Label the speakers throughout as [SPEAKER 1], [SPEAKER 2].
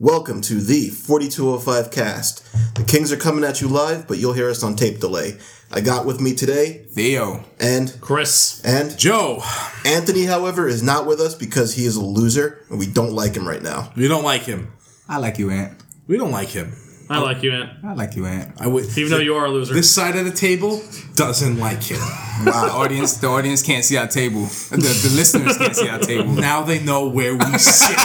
[SPEAKER 1] Welcome to the 4205 cast. The Kings are coming at you live, but you'll hear us on tape delay. I got with me today
[SPEAKER 2] Theo.
[SPEAKER 1] and
[SPEAKER 3] Chris.
[SPEAKER 1] and
[SPEAKER 2] Joe.
[SPEAKER 1] Anthony, however, is not with us because he is a loser and we don't like him right now.
[SPEAKER 2] We don't like him.
[SPEAKER 4] I like you, Ant.
[SPEAKER 2] We don't like him.
[SPEAKER 3] I like you, Ant.
[SPEAKER 4] I like you, Ant.
[SPEAKER 2] I would,
[SPEAKER 3] Even though you are a loser.
[SPEAKER 2] this side of the table doesn't like him.
[SPEAKER 4] Wow, audience, the audience can't see our table. The, the listeners can't see our table.
[SPEAKER 2] now they know where we sit.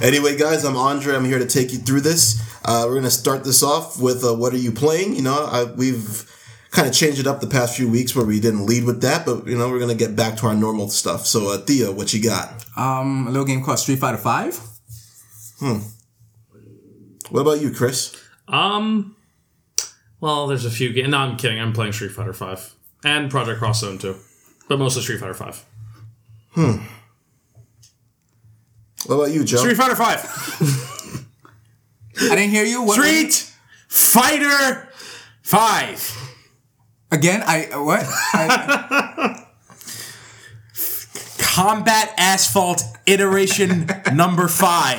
[SPEAKER 1] Anyway, guys, I'm Andre. I'm here to take you through this. Uh, we're gonna start this off with uh, what are you playing? You know, I, we've kind of changed it up the past few weeks where we didn't lead with that, but you know, we're gonna get back to our normal stuff. So, uh, Theo, what you got?
[SPEAKER 4] Um, a little game called Street Fighter Five.
[SPEAKER 1] What about you, Chris?
[SPEAKER 3] Um, well, there's a few games. No, I'm kidding. I'm playing Street Fighter Five and Project Cross Zone 2, but mostly Street Fighter Five.
[SPEAKER 1] What about you, Joe?
[SPEAKER 2] Street Fighter 5.
[SPEAKER 4] I didn't hear you. What,
[SPEAKER 2] Street Fighter 5.
[SPEAKER 4] again? I uh, what? I,
[SPEAKER 2] Combat Asphalt Iteration Number 5.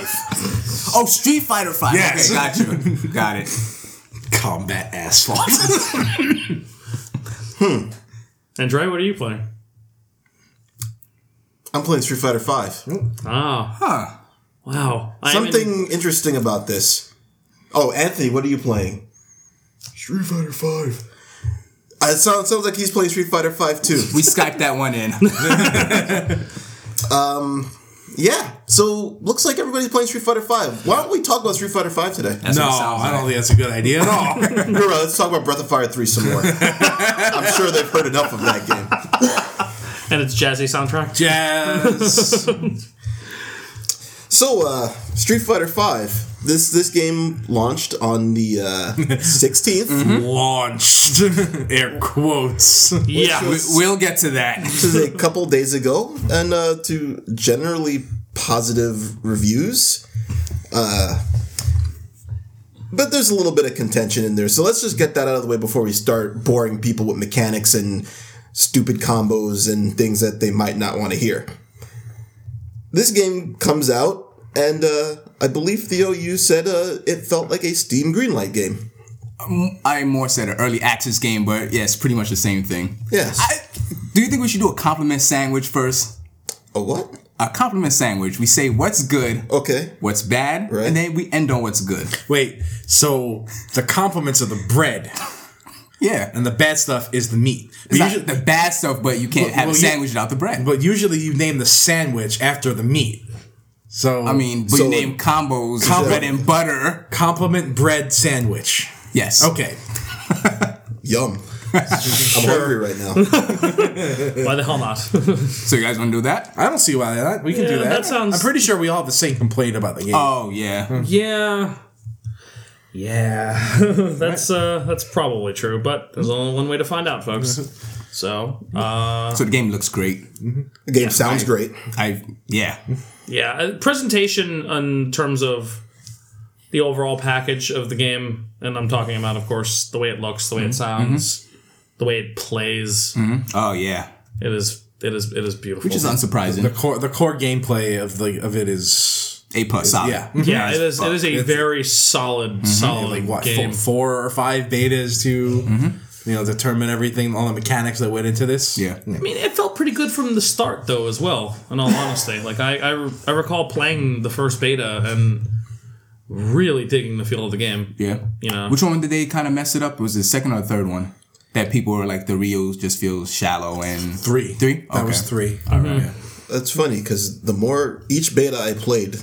[SPEAKER 4] oh, Street Fighter Five.
[SPEAKER 2] Yes.
[SPEAKER 4] Okay, got you. Got it.
[SPEAKER 2] Combat Asphalt.
[SPEAKER 3] And Dre, what are you playing?
[SPEAKER 1] I'm playing Street Fighter Five.
[SPEAKER 3] Ah,
[SPEAKER 4] Huh?
[SPEAKER 3] wow. I am in-
[SPEAKER 1] Something interesting about this. Oh, Anthony, what are you playing? Street Fighter Five. It sounds, sounds like he's playing Street Fighter Five too.
[SPEAKER 4] We skyped that one in.
[SPEAKER 1] yeah. So looks like everybody's playing Street Fighter Five. Why don't we talk about Street Fighter Five today?
[SPEAKER 2] no,
[SPEAKER 4] what it sounds
[SPEAKER 2] I don't think that's a good idea at all.
[SPEAKER 1] You're right, let's talk about Breath of Fire Three some more. I'm sure they've heard enough of that game.
[SPEAKER 3] and it's jazzy soundtrack.
[SPEAKER 2] Jazz.
[SPEAKER 1] So, uh, Street Fighter Five. This this game launched on the uh, 16th.
[SPEAKER 2] Launched. Air quotes.
[SPEAKER 3] yeah.
[SPEAKER 1] Which
[SPEAKER 4] we'll get to that.
[SPEAKER 1] this is a couple days ago, and uh, to generally positive reviews. Uh, but there's a little bit of contention in there, so let's just get that out of the way before we start boring people with mechanics and stupid combos and things that they might not want to hear. This game comes out, and uh, I believe Theo, you said uh, it felt like a Steam Greenlight game.
[SPEAKER 4] I more said an early access game, but yes, pretty much the same thing.
[SPEAKER 1] Yes.
[SPEAKER 4] I, do you think we should do a compliment sandwich first?
[SPEAKER 1] a what?
[SPEAKER 4] A compliment sandwich. We say what's good,
[SPEAKER 1] Okay.
[SPEAKER 4] what's bad,
[SPEAKER 1] Right.
[SPEAKER 4] and then we end on what's good.
[SPEAKER 2] Wait, so the compliments are the bread.
[SPEAKER 4] Yeah.
[SPEAKER 2] and the bad stuff is the meat. But
[SPEAKER 4] It's not
[SPEAKER 2] usually,
[SPEAKER 4] the bad stuff, but you can't
[SPEAKER 2] Well,
[SPEAKER 4] have
[SPEAKER 2] well,
[SPEAKER 4] a
[SPEAKER 2] you-
[SPEAKER 4] sandwich without the bread.
[SPEAKER 2] but usually you name the sandwich after the meat. So
[SPEAKER 4] I mean, but
[SPEAKER 1] So-
[SPEAKER 4] you name combos,
[SPEAKER 2] Combo-
[SPEAKER 4] bread and butter.
[SPEAKER 2] compliment bread sandwich.
[SPEAKER 4] Yes.
[SPEAKER 2] Okay,
[SPEAKER 1] Yum. I'm hungry right now.
[SPEAKER 3] Why the hell not?
[SPEAKER 4] So you guys want to do that?
[SPEAKER 2] I don't see why that we can do
[SPEAKER 3] Yeah,
[SPEAKER 2] that.
[SPEAKER 3] that sounds- Uh,
[SPEAKER 2] I'm pretty sure we all have the same complaint about the game.
[SPEAKER 4] Oh yeah.
[SPEAKER 3] yeah.
[SPEAKER 2] yeah,
[SPEAKER 3] That's uh, that's probably true, but there's only one way to find out, folks. So, uh,
[SPEAKER 4] So the game looks great.
[SPEAKER 1] The game sounds great.
[SPEAKER 4] I yeah.
[SPEAKER 3] yeah, uh, presentation in terms of the overall package of the game, and I'm talking about, of course, the way it looks, the way it sounds, the way it plays.
[SPEAKER 4] Oh yeah.
[SPEAKER 3] It is. It is. It is beautiful.
[SPEAKER 4] Which is
[SPEAKER 2] the
[SPEAKER 4] unsurprising.
[SPEAKER 2] core the core gameplay of the of it is
[SPEAKER 4] A plus solid.
[SPEAKER 2] yeah.
[SPEAKER 3] yeah, it is. It
[SPEAKER 4] fuck.
[SPEAKER 3] is a very solid, solid
[SPEAKER 2] like what four,
[SPEAKER 3] game.
[SPEAKER 2] four or five betas to you know determine everything all the mechanics that went into this.
[SPEAKER 4] Mm-hmm. Yeah.
[SPEAKER 3] I mean, it felt pretty good from the start, though, as well. In all honesty, like I, I, I recall playing the first beta and really digging the feel of the game.
[SPEAKER 4] Yeah.
[SPEAKER 3] You know,
[SPEAKER 4] Which one did they kind of mess it up? Was it the second or third one that people were like the Rios just feel shallow and
[SPEAKER 2] three,
[SPEAKER 4] Three?
[SPEAKER 2] That
[SPEAKER 4] Okay.
[SPEAKER 2] was three.
[SPEAKER 3] Mm-hmm.
[SPEAKER 1] That's funny because the more each beta I played,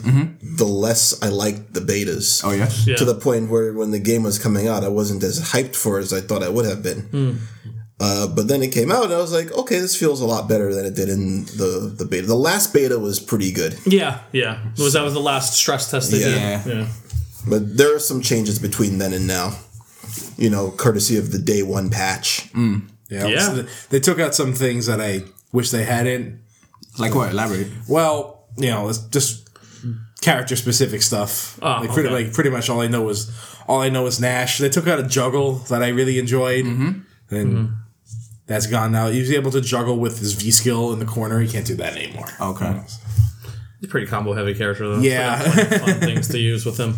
[SPEAKER 1] the less I liked the betas.
[SPEAKER 4] Mm-hmm. Oh yeah.
[SPEAKER 3] yeah.
[SPEAKER 1] To the point where when the game was coming out, I wasn't as hyped for it as I thought I would have been. Uh, but then it came out, and I was like, okay, this feels a lot better than it did in the, the beta. The last beta was pretty good,
[SPEAKER 3] yeah, yeah. It was that was the last stress test they
[SPEAKER 4] Yeah.
[SPEAKER 3] did? Yeah,
[SPEAKER 1] but there are some changes between then and now. You know, courtesy of the day one patch.
[SPEAKER 4] Mm.
[SPEAKER 2] Yeah,
[SPEAKER 3] Yeah.
[SPEAKER 2] so they- they took out some things that I wish they hadn't.
[SPEAKER 4] Like what? Elaborate.
[SPEAKER 2] Well, you know, it's just character specific stuff.
[SPEAKER 3] Oh,
[SPEAKER 2] like, pretty,
[SPEAKER 3] okay.
[SPEAKER 2] like pretty much all I know was all I know is Nash. They took out a juggle that I really enjoyed,
[SPEAKER 3] Mm-hmm.
[SPEAKER 2] and that's
[SPEAKER 4] Oh.
[SPEAKER 2] gone now. He was able to juggle with his V skill in the corner. He can't do that anymore.
[SPEAKER 4] Okay.
[SPEAKER 3] He's a pretty combo heavy character though.
[SPEAKER 2] Yeah.
[SPEAKER 3] So there's plenty of fun things to use with him.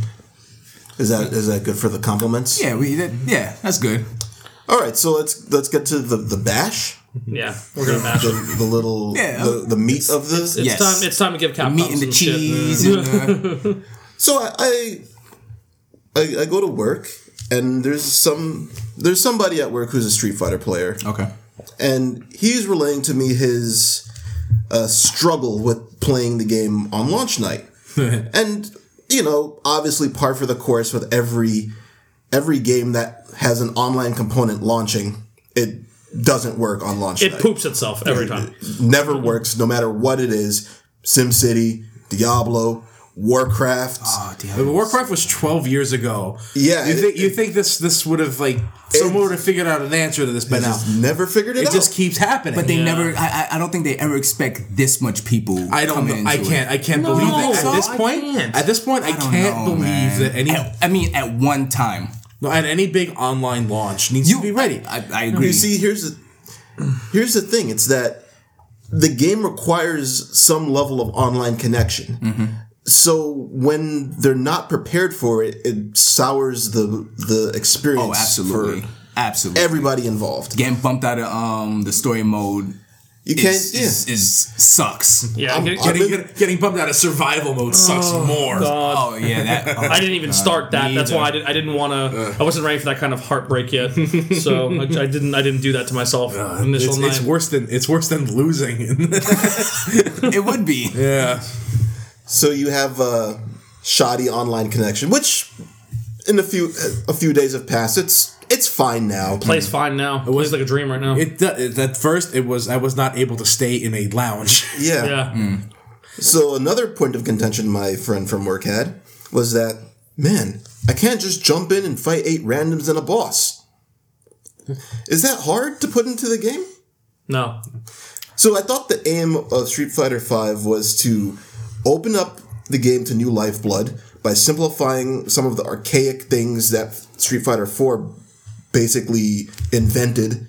[SPEAKER 1] Is that is that good for the compliments?
[SPEAKER 4] Yeah, we that, yeah, that's good.
[SPEAKER 1] All right, so let's let's get to the the bash,
[SPEAKER 3] Yeah, we're gonna mash him.
[SPEAKER 1] the, the little
[SPEAKER 4] Uh, Yeah.
[SPEAKER 1] the, the meat of this.
[SPEAKER 3] It's
[SPEAKER 4] Yes.
[SPEAKER 3] time. It's time to give Capcom
[SPEAKER 4] Meat and the
[SPEAKER 3] some shit.
[SPEAKER 4] cheese. And, uh,
[SPEAKER 1] So I, I I I go to work and there's some there's somebody at work who's a Street Fighter player
[SPEAKER 4] okay.
[SPEAKER 1] and he's relaying to me his uh, struggle with playing the game on launch night. and you know, obviously par for the course with every every game that has an online component launching, it doesn't work on launch
[SPEAKER 3] It
[SPEAKER 1] night.
[SPEAKER 3] poops itself every time.
[SPEAKER 1] Never works no matter what it is. SimCity, Diablo, Warcraft.
[SPEAKER 3] Ah,
[SPEAKER 4] Oh,
[SPEAKER 2] But
[SPEAKER 4] damn.
[SPEAKER 2] Warcraft was 12 years ago.
[SPEAKER 1] Yeah,
[SPEAKER 2] You think
[SPEAKER 1] it-
[SPEAKER 2] you think this this would have like someone would have figured out an answer to this by now.
[SPEAKER 1] Never figured it,
[SPEAKER 2] It
[SPEAKER 1] out.
[SPEAKER 2] just keeps happening.
[SPEAKER 4] But they
[SPEAKER 3] Yeah.
[SPEAKER 4] never. I, I- I don't think they ever expect this much people.
[SPEAKER 2] I don't.
[SPEAKER 4] coming
[SPEAKER 2] know. I
[SPEAKER 4] into it.
[SPEAKER 2] can't. I can't believe
[SPEAKER 3] No,
[SPEAKER 2] it. At this
[SPEAKER 3] I
[SPEAKER 2] point,
[SPEAKER 3] can't.
[SPEAKER 2] at this point, I,
[SPEAKER 4] don't
[SPEAKER 2] can't
[SPEAKER 4] know,
[SPEAKER 2] believe
[SPEAKER 4] man.
[SPEAKER 2] that any
[SPEAKER 4] At- I mean, at one time,
[SPEAKER 2] no, at any big online launch needs to be ready.
[SPEAKER 4] I, I agree.
[SPEAKER 1] You see, here's the here's the thing. It's that the game requires some level of online connection.
[SPEAKER 2] Mm-hmm.
[SPEAKER 1] So when they're not prepared for it, it sours the the experience.
[SPEAKER 4] oh, absolutely,
[SPEAKER 1] For
[SPEAKER 4] absolutely.
[SPEAKER 1] everybody involved.
[SPEAKER 4] Getting bumped out of um the story mode
[SPEAKER 1] You can't.
[SPEAKER 4] is
[SPEAKER 1] yeah.
[SPEAKER 4] is, is sucks.
[SPEAKER 3] Yeah, I, get-
[SPEAKER 2] Getting, get- getting bumped out of survival mode sucks more.
[SPEAKER 4] Oh yeah, that. oh,
[SPEAKER 3] I didn't even start that. That's why I, did, I didn't want to. I wasn't ready for that kind of heartbreak yet. so I, I didn't. I didn't do that to myself. initial
[SPEAKER 2] It's,
[SPEAKER 3] night.
[SPEAKER 2] it's worse than it's worse than losing.
[SPEAKER 4] um, it would be.
[SPEAKER 2] yeah,
[SPEAKER 1] so you have a shoddy online connection, which in a few a few days have passed. It's it's fine now.
[SPEAKER 3] Plays fine now. It was like a dream right now.
[SPEAKER 2] it, do- it at first it was I was not able to stay in a lounge.
[SPEAKER 1] Yeah.
[SPEAKER 3] yeah.
[SPEAKER 1] So another point of contention my friend from work had was that man, I can't just jump in and fight eight randoms and a boss. Is that hard to put into the game?
[SPEAKER 3] No.
[SPEAKER 1] So I thought the aim of Street Fighter V was to open up the game to new lifeblood by simplifying some of the archaic things that Street Fighter IV basically invented,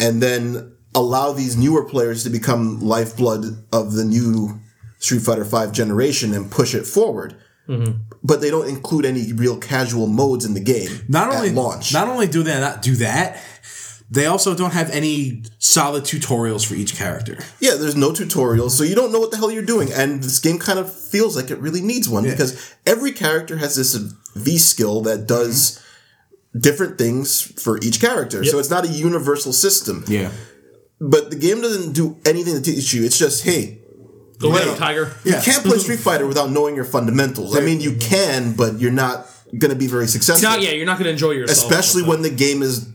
[SPEAKER 1] and then allow these newer players to become lifeblood of the new Street Fighter V generation and push it forward. But they don't include any real casual modes in the game.
[SPEAKER 2] Not
[SPEAKER 1] at
[SPEAKER 2] only
[SPEAKER 1] launch,
[SPEAKER 2] not only do they not do that, they also don't have any solid tutorials for each character.
[SPEAKER 1] Yeah, there's no tutorial, so you don't know what the hell you're doing. And this game kind of feels like it really needs one because every character has this V skill that does different things for each character. So it's not a universal system.
[SPEAKER 4] Yeah.
[SPEAKER 1] But the game doesn't do anything to teach you. It's just, hey,
[SPEAKER 3] Go ahead, Tiger.
[SPEAKER 1] you can't play Street Fighter without knowing your fundamentals. I mean, you can, but you're not going to be very successful.
[SPEAKER 3] Not yeah. You're not going to enjoy yourself.
[SPEAKER 1] Especially when the game is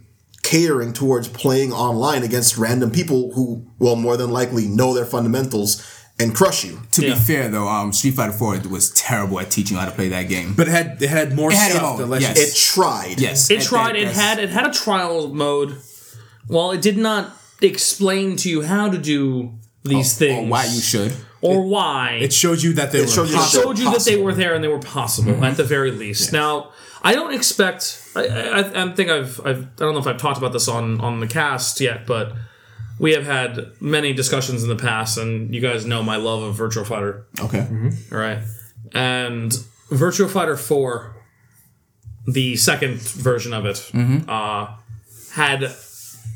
[SPEAKER 1] catering towards playing online against random people who will more than likely know their fundamentals and crush you.
[SPEAKER 4] To
[SPEAKER 3] Yeah.
[SPEAKER 4] be fair though, um, Street Fighter Four was terrible at teaching you how to play that game.
[SPEAKER 2] But it had it had more
[SPEAKER 4] It had
[SPEAKER 2] stuff.
[SPEAKER 4] more,
[SPEAKER 2] than less-
[SPEAKER 4] yes.
[SPEAKER 1] It tried.
[SPEAKER 4] yes,
[SPEAKER 3] It
[SPEAKER 4] that-
[SPEAKER 3] tried.
[SPEAKER 4] that-
[SPEAKER 3] It
[SPEAKER 4] that's-
[SPEAKER 3] had. It had a trial mode. While it did not explain to you how to do these
[SPEAKER 4] Oh, or
[SPEAKER 3] things,
[SPEAKER 4] why you should.
[SPEAKER 3] or why
[SPEAKER 2] It showed you that they were
[SPEAKER 1] showed you-
[SPEAKER 2] possible.
[SPEAKER 3] showed you that they were there and they were possible
[SPEAKER 4] Mm-hmm.
[SPEAKER 3] at the very least. Now, I don't expect. I, I, I think I've, I've. I don't know if I've talked about this on on the cast yet, but we have had many discussions in the past, and you guys know my love of Virtual Fighter.
[SPEAKER 4] Okay.
[SPEAKER 3] All right, and Virtual Fighter Four, the second version of it, uh, had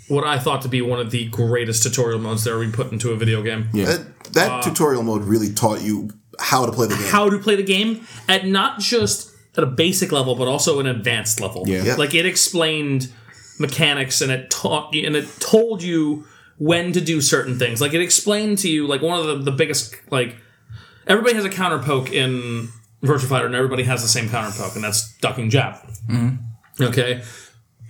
[SPEAKER 3] what I thought to be one of the greatest tutorial modes that ever been put into a video game. Yeah.
[SPEAKER 1] That, that tutorial mode really taught you how to play the game.
[SPEAKER 3] how to play the game at not just at a basic level but also an advanced level.
[SPEAKER 4] Yeah. Yeah.
[SPEAKER 3] Like it explained mechanics and it taught and it told you when to do certain things. Like it explained to you like one of the, the biggest like everybody has a counter poke in Virtua Fighter and everybody has the same counter poke and that's ducking jab. Okay.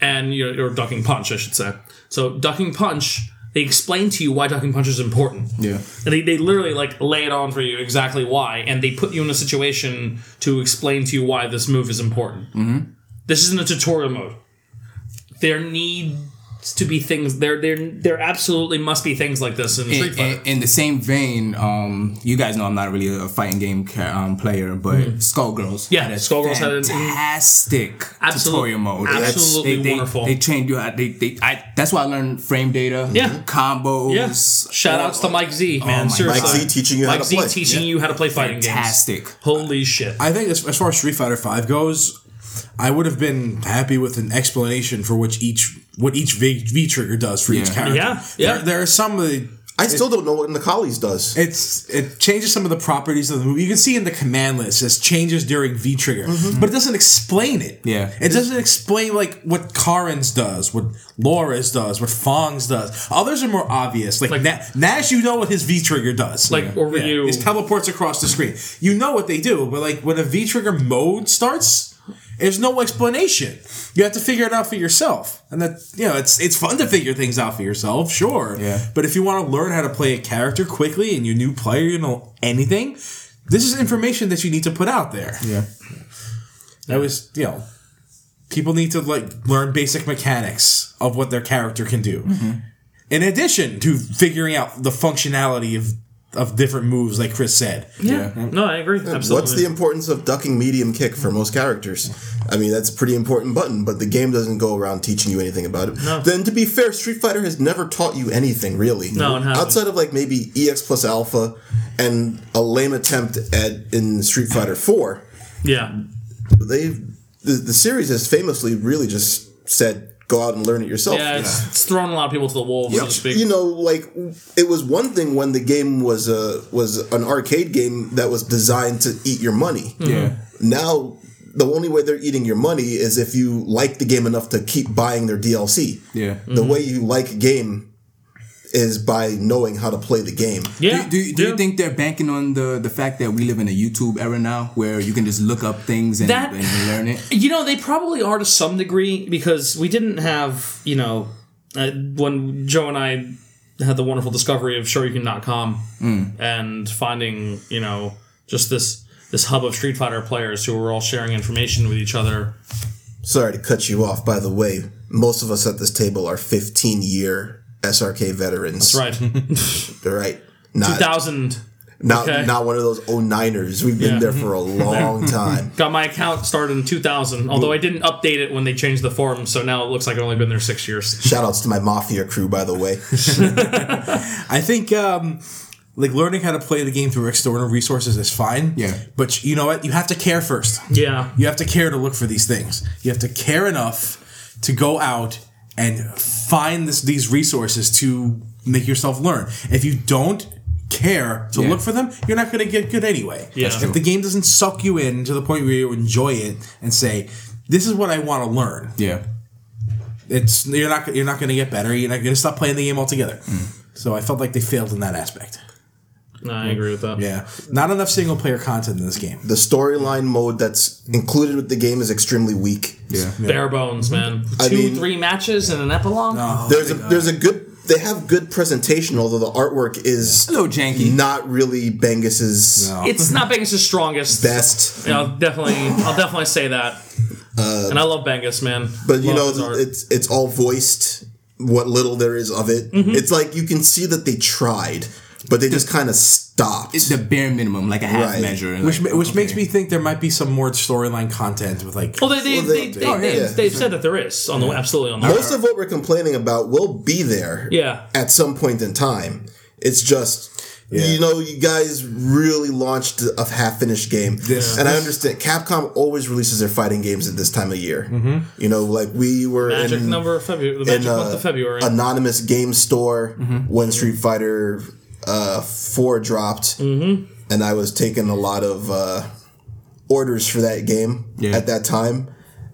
[SPEAKER 3] And you're, you're ducking punch, I should say. So ducking punch, they explain to you why ducking punch is important.
[SPEAKER 4] Yeah.
[SPEAKER 3] And they, they literally like lay it on for you exactly why, and they put you in a situation to explain to you why this move is important. Mm-hmm. This isn't a tutorial mode. There need to be things there there there absolutely must be things like this in Street
[SPEAKER 4] in,
[SPEAKER 3] Fighter.
[SPEAKER 4] in, in the same vein, um, you guys know I'm not really a fighting game ca- um, player, but Skullgirls.
[SPEAKER 3] Mm-hmm. Yeah,
[SPEAKER 4] had a
[SPEAKER 3] Skullgirls had an-
[SPEAKER 4] fantastic
[SPEAKER 3] Absolute-
[SPEAKER 4] tutorial mode. That's-
[SPEAKER 3] absolutely
[SPEAKER 4] they- they-
[SPEAKER 3] wonderful.
[SPEAKER 4] They trained you. how- They, they, I, that's why I learned frame data.
[SPEAKER 3] Yeah.
[SPEAKER 4] combos.
[SPEAKER 3] Yeah. Shout outs to Mike Z, man.
[SPEAKER 4] my
[SPEAKER 3] Seriously.
[SPEAKER 1] Mike Z teaching you how
[SPEAKER 3] Mike
[SPEAKER 1] to
[SPEAKER 3] Z
[SPEAKER 1] play.
[SPEAKER 3] teaching you how to play fighting
[SPEAKER 4] Fantastic.
[SPEAKER 3] games. Holy shit.
[SPEAKER 2] I think as, as far as Street Fighter Five goes, I would have been happy with an explanation for which each what each V, v trigger does for each
[SPEAKER 4] Yeah.
[SPEAKER 2] character.
[SPEAKER 3] Yeah, yeah.
[SPEAKER 2] There, there are some of the
[SPEAKER 1] I still don't know what Nicalis does.
[SPEAKER 2] it's it changes some of the properties of the movie. You can see in the command list it says changes during V trigger, but it doesn't explain it.
[SPEAKER 4] Yeah.
[SPEAKER 2] it doesn't explain like what Karin's does, what Laura's does, what Fong's does. Others are more obvious. Like,
[SPEAKER 3] Like-
[SPEAKER 2] Na- Nash, you know what his V trigger does.
[SPEAKER 3] Like, or were you-
[SPEAKER 2] His teleports across the screen. You know what they do, but like when a V trigger mode starts. There's no explanation. You have to figure it out for yourself, and that you know it's it's fun to figure things out for yourself, sure.
[SPEAKER 4] Yeah.
[SPEAKER 2] But if you want to learn how to play a character quickly and you're a new player, you know anything, this is information that you need to put out there.
[SPEAKER 4] Yeah.
[SPEAKER 2] That was, you know, people need to like learn basic mechanics of what their character can do.
[SPEAKER 4] Mm-hmm.
[SPEAKER 2] In addition to figuring out the functionality of of different moves, like Chris said.
[SPEAKER 3] Yeah. No, I agree. Absolutely.
[SPEAKER 1] What's the importance of ducking medium kick for most characters? I mean, that's a pretty important button, but the game doesn't go around teaching you anything about it. Then, to be fair, Street Fighter has never taught you anything really.
[SPEAKER 3] No, it hasn't.
[SPEAKER 1] outside of like maybe EX plus Alpha and a lame attempt at in Street Fighter Four,
[SPEAKER 3] yeah.
[SPEAKER 1] they the, the series has famously really just said go out and learn it yourself.
[SPEAKER 3] Yeah, it's, it's thrown a lot of people to the wolves, so to
[SPEAKER 1] Which,
[SPEAKER 3] speak.
[SPEAKER 1] you know, like it was one thing when the game was a was an arcade game that was designed to eat your money.
[SPEAKER 4] Yeah.
[SPEAKER 1] Now the only way they're eating your money is if you like the game enough to keep buying their DLC.
[SPEAKER 4] Yeah.
[SPEAKER 1] The way you like a game is by knowing how to play the game.
[SPEAKER 3] yeah.
[SPEAKER 4] Do, do, do
[SPEAKER 3] yeah.
[SPEAKER 4] you think they're banking on the, the fact that we live in a YouTube era now where you can just look up things and,
[SPEAKER 3] That-
[SPEAKER 4] and learn it?
[SPEAKER 3] You know, they probably are to some degree because we didn't have, you know, uh, when Joe and I had the wonderful discovery of Shoryuken.com and finding, you know, just this this hub of Street Fighter players who were all sharing information with each other.
[SPEAKER 1] Sorry to cut you off. By the way, most of us at this table are 15 year SRK veterans.
[SPEAKER 3] Right.
[SPEAKER 1] All right. Not,
[SPEAKER 3] Thousand.
[SPEAKER 1] not,
[SPEAKER 3] okay.
[SPEAKER 1] not one of those 09ers. We've been
[SPEAKER 3] Yeah.
[SPEAKER 1] there for a long time.
[SPEAKER 3] Got my account started in 2000, although I didn't update it when they changed the form, so now it looks like I've only been there six years.
[SPEAKER 1] Shoutouts to my mafia crew, by the way.
[SPEAKER 2] I think um like learning how to play the game through external resources is fine.
[SPEAKER 4] Yeah.
[SPEAKER 2] But you know what? You have to care first.
[SPEAKER 3] Yeah.
[SPEAKER 2] You have to care to look for these things. You have to care enough to go out and find this, these resources to make yourself learn. If you don't care to
[SPEAKER 4] Yeah.
[SPEAKER 2] look for them, you're not going to get good anyway.
[SPEAKER 3] Yeah. That's true.
[SPEAKER 2] If the game doesn't suck you in to the point where you enjoy it and say, "This is what I want to learn,"
[SPEAKER 4] Yeah.
[SPEAKER 2] it's you're not you're not going to get better. You're not going to stop playing the game altogether.
[SPEAKER 4] Mm.
[SPEAKER 2] So I felt like they failed in that aspect.
[SPEAKER 3] No, I agree with that.
[SPEAKER 2] Yeah, not enough single player content in this game.
[SPEAKER 1] The storyline mode that's included with the game is extremely weak.
[SPEAKER 4] Yeah.
[SPEAKER 3] Bare bones, man.
[SPEAKER 1] I
[SPEAKER 3] Two,
[SPEAKER 1] mean-
[SPEAKER 3] three matches and an epilogue?
[SPEAKER 1] there's a there's a good they have good presentation, although the artwork is
[SPEAKER 4] A little janky.
[SPEAKER 1] not really Bangus's
[SPEAKER 3] It's not Bangus' strongest.
[SPEAKER 1] best.
[SPEAKER 3] Yeah, I'll definitely, I'll definitely say that. and I love Bangus, man.
[SPEAKER 1] Uh, But you
[SPEAKER 3] Love
[SPEAKER 1] know,
[SPEAKER 3] his art.
[SPEAKER 1] it's, it's it's all voiced. What little there is of it, it's like you can see that they tried, but they just kind of stopped.
[SPEAKER 4] It's the bare minimum, like a half
[SPEAKER 1] Right.
[SPEAKER 4] measure.
[SPEAKER 2] Which,
[SPEAKER 4] like,
[SPEAKER 2] ma- which
[SPEAKER 4] okay.
[SPEAKER 2] makes me think there might be some more storyline content with like
[SPEAKER 3] well, they, they,
[SPEAKER 1] Well, they-
[SPEAKER 3] they, they,
[SPEAKER 1] oh, yeah,
[SPEAKER 3] they,
[SPEAKER 1] yeah.
[SPEAKER 3] have said that there is on the absolutely on the
[SPEAKER 1] Most of what we're complaining about will be there,
[SPEAKER 3] Yeah.
[SPEAKER 1] at some point in time. It's just. You know, you guys really launched a half-finished game,
[SPEAKER 2] This-
[SPEAKER 1] and I understand. Capcom always releases their fighting games at this time of year. You know, like we were
[SPEAKER 3] magic
[SPEAKER 1] in,
[SPEAKER 3] number of February, the magic
[SPEAKER 1] in, uh,
[SPEAKER 3] month of February.
[SPEAKER 1] anonymous game store when Street Fighter uh, Four dropped, and I was taking a lot of uh, orders for that game
[SPEAKER 4] Yeah.
[SPEAKER 1] at that time.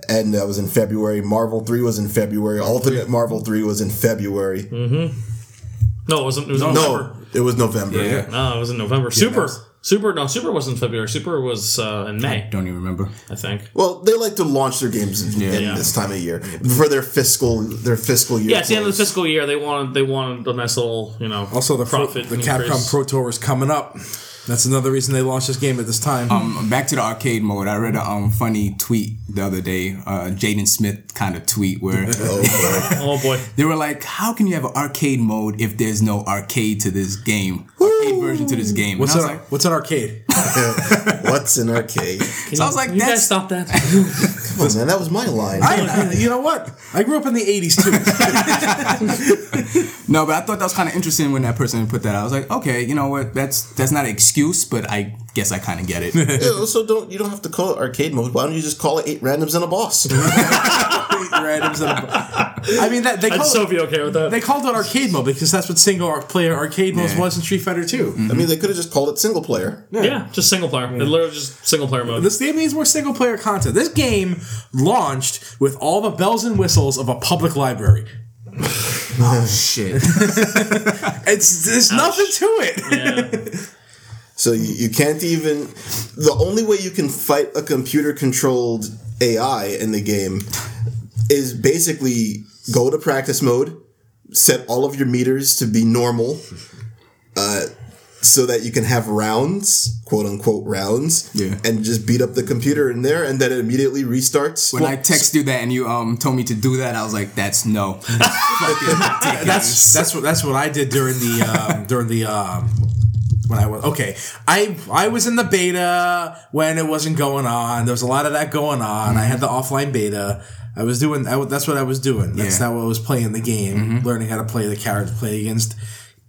[SPEAKER 1] And that was in February. Marvel Three was in February. Ultimate Marvel Three was in February.
[SPEAKER 3] no, it wasn't. It was November.
[SPEAKER 1] No, it was November.
[SPEAKER 4] Yeah.
[SPEAKER 3] No, it was in November. Super, super. No, super wasn't in February. Super was uh, in May,
[SPEAKER 4] Don't even remember.
[SPEAKER 3] I think.
[SPEAKER 1] Well, they like to launch their games in, in
[SPEAKER 3] Yeah.
[SPEAKER 1] this time of year for their fiscal their fiscal year.
[SPEAKER 3] Yeah, it's the end of the
[SPEAKER 1] close.
[SPEAKER 3] fiscal year. They wanted, they wanted a nice little, you know,
[SPEAKER 2] also the pro-
[SPEAKER 3] profit
[SPEAKER 2] the
[SPEAKER 3] increase.
[SPEAKER 2] Capcom Pro Tour is coming up. That's another reason they launched this game at this time.
[SPEAKER 4] Um, back to the arcade mode. I read a um, funny tweet the other day, uh, Jaden Smith kind of tweet where
[SPEAKER 1] Oh, boy.
[SPEAKER 3] Oh boy.
[SPEAKER 4] they were like, "How can you have an arcade mode if there's no arcade to this game, arcade version to this game?" And
[SPEAKER 2] what's,
[SPEAKER 4] I
[SPEAKER 2] an,
[SPEAKER 4] was like,
[SPEAKER 2] what's an arcade?
[SPEAKER 1] What's an arcade?
[SPEAKER 4] so I was like,
[SPEAKER 3] You guys
[SPEAKER 4] "That's."
[SPEAKER 3] stop that.
[SPEAKER 1] Come on, man, that was my line.
[SPEAKER 2] I, you know what? I grew up in the 80s too.
[SPEAKER 4] No, but I thought that was kind of interesting when that person put that. out. I was like, okay, you know what? That's that's not an excuse, but I guess I kind of get it.
[SPEAKER 1] Yeah, so don't you don't have to call it arcade mode. Why don't you just call it eight randoms and a boss?
[SPEAKER 4] Randoms and
[SPEAKER 2] I mean, that, they,
[SPEAKER 3] I'd
[SPEAKER 2] call
[SPEAKER 3] so
[SPEAKER 2] it,
[SPEAKER 3] be okay with that.
[SPEAKER 2] they called it arcade mode because that's what single ar- player arcade mode
[SPEAKER 4] Yeah.
[SPEAKER 2] was in Street Fighter 2.
[SPEAKER 1] I mean, they could have just called it single player.
[SPEAKER 3] yeah, just single player. It literally just single player mode.
[SPEAKER 2] This game needs more single player content. This game launched with all the bells and whistles of a public library.
[SPEAKER 4] shit.
[SPEAKER 2] It's there's nothing to it.
[SPEAKER 3] yeah.
[SPEAKER 1] So you, you can't even. The only way you can fight a computer controlled AI in the game is basically go to practice mode, set all of your meters to be normal, uh, so that you can have rounds, quote unquote rounds,
[SPEAKER 4] Yeah.
[SPEAKER 1] and just beat up the computer in there, and then it immediately restarts.
[SPEAKER 4] When I text you that and you um told me to do that, I was like, "That's no." That's fucking ridiculous.
[SPEAKER 2] That's that's what that's what I did during the um, during the um, when I was okay. I I was in the beta when it wasn't going on. There was a lot of that going on. I had the offline beta. I was doing I, wa- that's what I was doing. That's
[SPEAKER 4] Yeah.
[SPEAKER 2] not what I was playing the game. Learning how to play the character, play against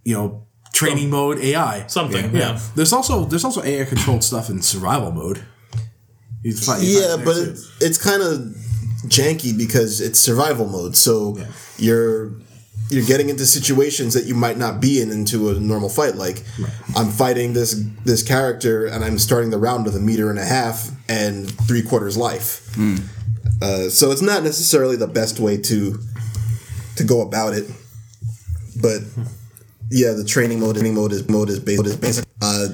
[SPEAKER 2] you know training mode AI.
[SPEAKER 3] Something. Yeah.
[SPEAKER 2] Yeah. There's also there's also AI controlled stuff in survival mode. You find- you
[SPEAKER 1] Yeah,
[SPEAKER 2] find it
[SPEAKER 1] but
[SPEAKER 2] there,
[SPEAKER 1] it, it's kind of janky because it's survival mode. So you're you're getting into situations that you might not be in into a normal fight. Like I'm fighting this this character and I'm starting the round with a meter and a half and three quarters life. Uh, so it's not necessarily the best way to to go about it, but yeah, the training mode, training mode is mode is basic. Is basic. Uh,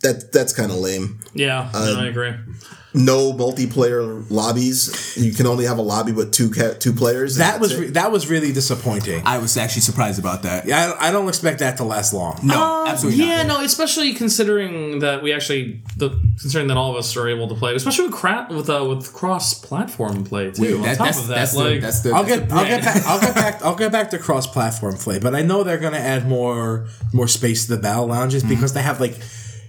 [SPEAKER 1] that that's kind of lame Uh,
[SPEAKER 3] no, I agree.
[SPEAKER 1] no multiplayer lobbies. You can only have a lobby with two ca- two players. and
[SPEAKER 2] That was
[SPEAKER 1] that's
[SPEAKER 2] re-
[SPEAKER 1] it.
[SPEAKER 2] that was really disappointing.
[SPEAKER 4] I was actually surprised about that.
[SPEAKER 2] Yeah, I, I don't expect that to last long.
[SPEAKER 4] No,
[SPEAKER 3] Uh,
[SPEAKER 4] absolutely
[SPEAKER 3] yeah,
[SPEAKER 4] not.
[SPEAKER 3] no, especially considering that we actually the considering that all of us are able to play, it, especially with crap with uh, with cross platform play too. on
[SPEAKER 4] That-
[SPEAKER 3] top
[SPEAKER 4] that's,
[SPEAKER 3] of that,
[SPEAKER 4] that's
[SPEAKER 3] like
[SPEAKER 4] the, that's the,
[SPEAKER 2] I'll
[SPEAKER 4] that's
[SPEAKER 2] get
[SPEAKER 4] the-
[SPEAKER 2] I'll get back I'll get back I'll get back to cross platform play, but I know they're gonna add more more space to the battle lounges
[SPEAKER 3] Mm-hmm.
[SPEAKER 2] because they have like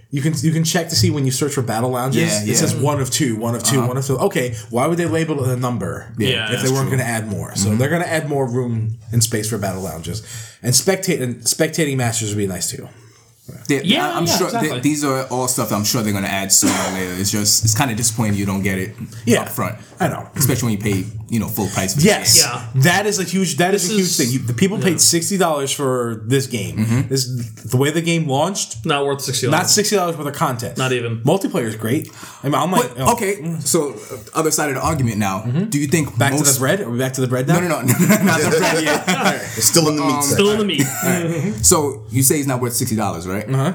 [SPEAKER 2] you can you can check to see when you search for battle lounges.
[SPEAKER 4] Yeah,
[SPEAKER 2] It
[SPEAKER 4] yeah.
[SPEAKER 2] says one of two, one of 2 one of two. Okay, why would they label it a number?
[SPEAKER 3] Uh-huh. Yeah,
[SPEAKER 2] if
[SPEAKER 3] that's Mm-hmm.
[SPEAKER 2] they weren't gonna add more. So they're gonna add more room and space for battle lounges. And spectate and spectating masters would be nice too.
[SPEAKER 4] they-
[SPEAKER 3] Yeah,
[SPEAKER 4] I- I'm
[SPEAKER 3] yeah,
[SPEAKER 4] sure
[SPEAKER 3] exactly.
[SPEAKER 4] th- these are all stuff that I'm sure they're going to add sooner or later. It's just it's kind of disappointing you don't get it
[SPEAKER 2] Yeah.
[SPEAKER 4] up front,
[SPEAKER 2] I know.
[SPEAKER 4] especially when you pay you know full price. For the
[SPEAKER 2] Yes,
[SPEAKER 4] game.
[SPEAKER 3] Yeah.
[SPEAKER 2] that is a huge that is
[SPEAKER 3] This
[SPEAKER 2] a huge
[SPEAKER 3] is- Mm-hmm.
[SPEAKER 2] thing. You, the people paid sixty dollars for this game. This the way the game launched.
[SPEAKER 3] not worth sixty.
[SPEAKER 2] Not
[SPEAKER 3] dollars.
[SPEAKER 2] sixty dollars worth of content.
[SPEAKER 3] Not even.
[SPEAKER 2] multiplayer is great. I mean, I'm like
[SPEAKER 4] But,
[SPEAKER 2] oh,
[SPEAKER 4] okay, so uh, other side of the argument now. Do you think
[SPEAKER 2] Back
[SPEAKER 4] most,
[SPEAKER 2] to the bread. Are we back to the bread now?
[SPEAKER 4] No, no, no, not the bread yet.
[SPEAKER 1] It's still in the meat section.
[SPEAKER 3] still in the meat.
[SPEAKER 4] So you say it's not worth sixty dollars, right? Uh-huh.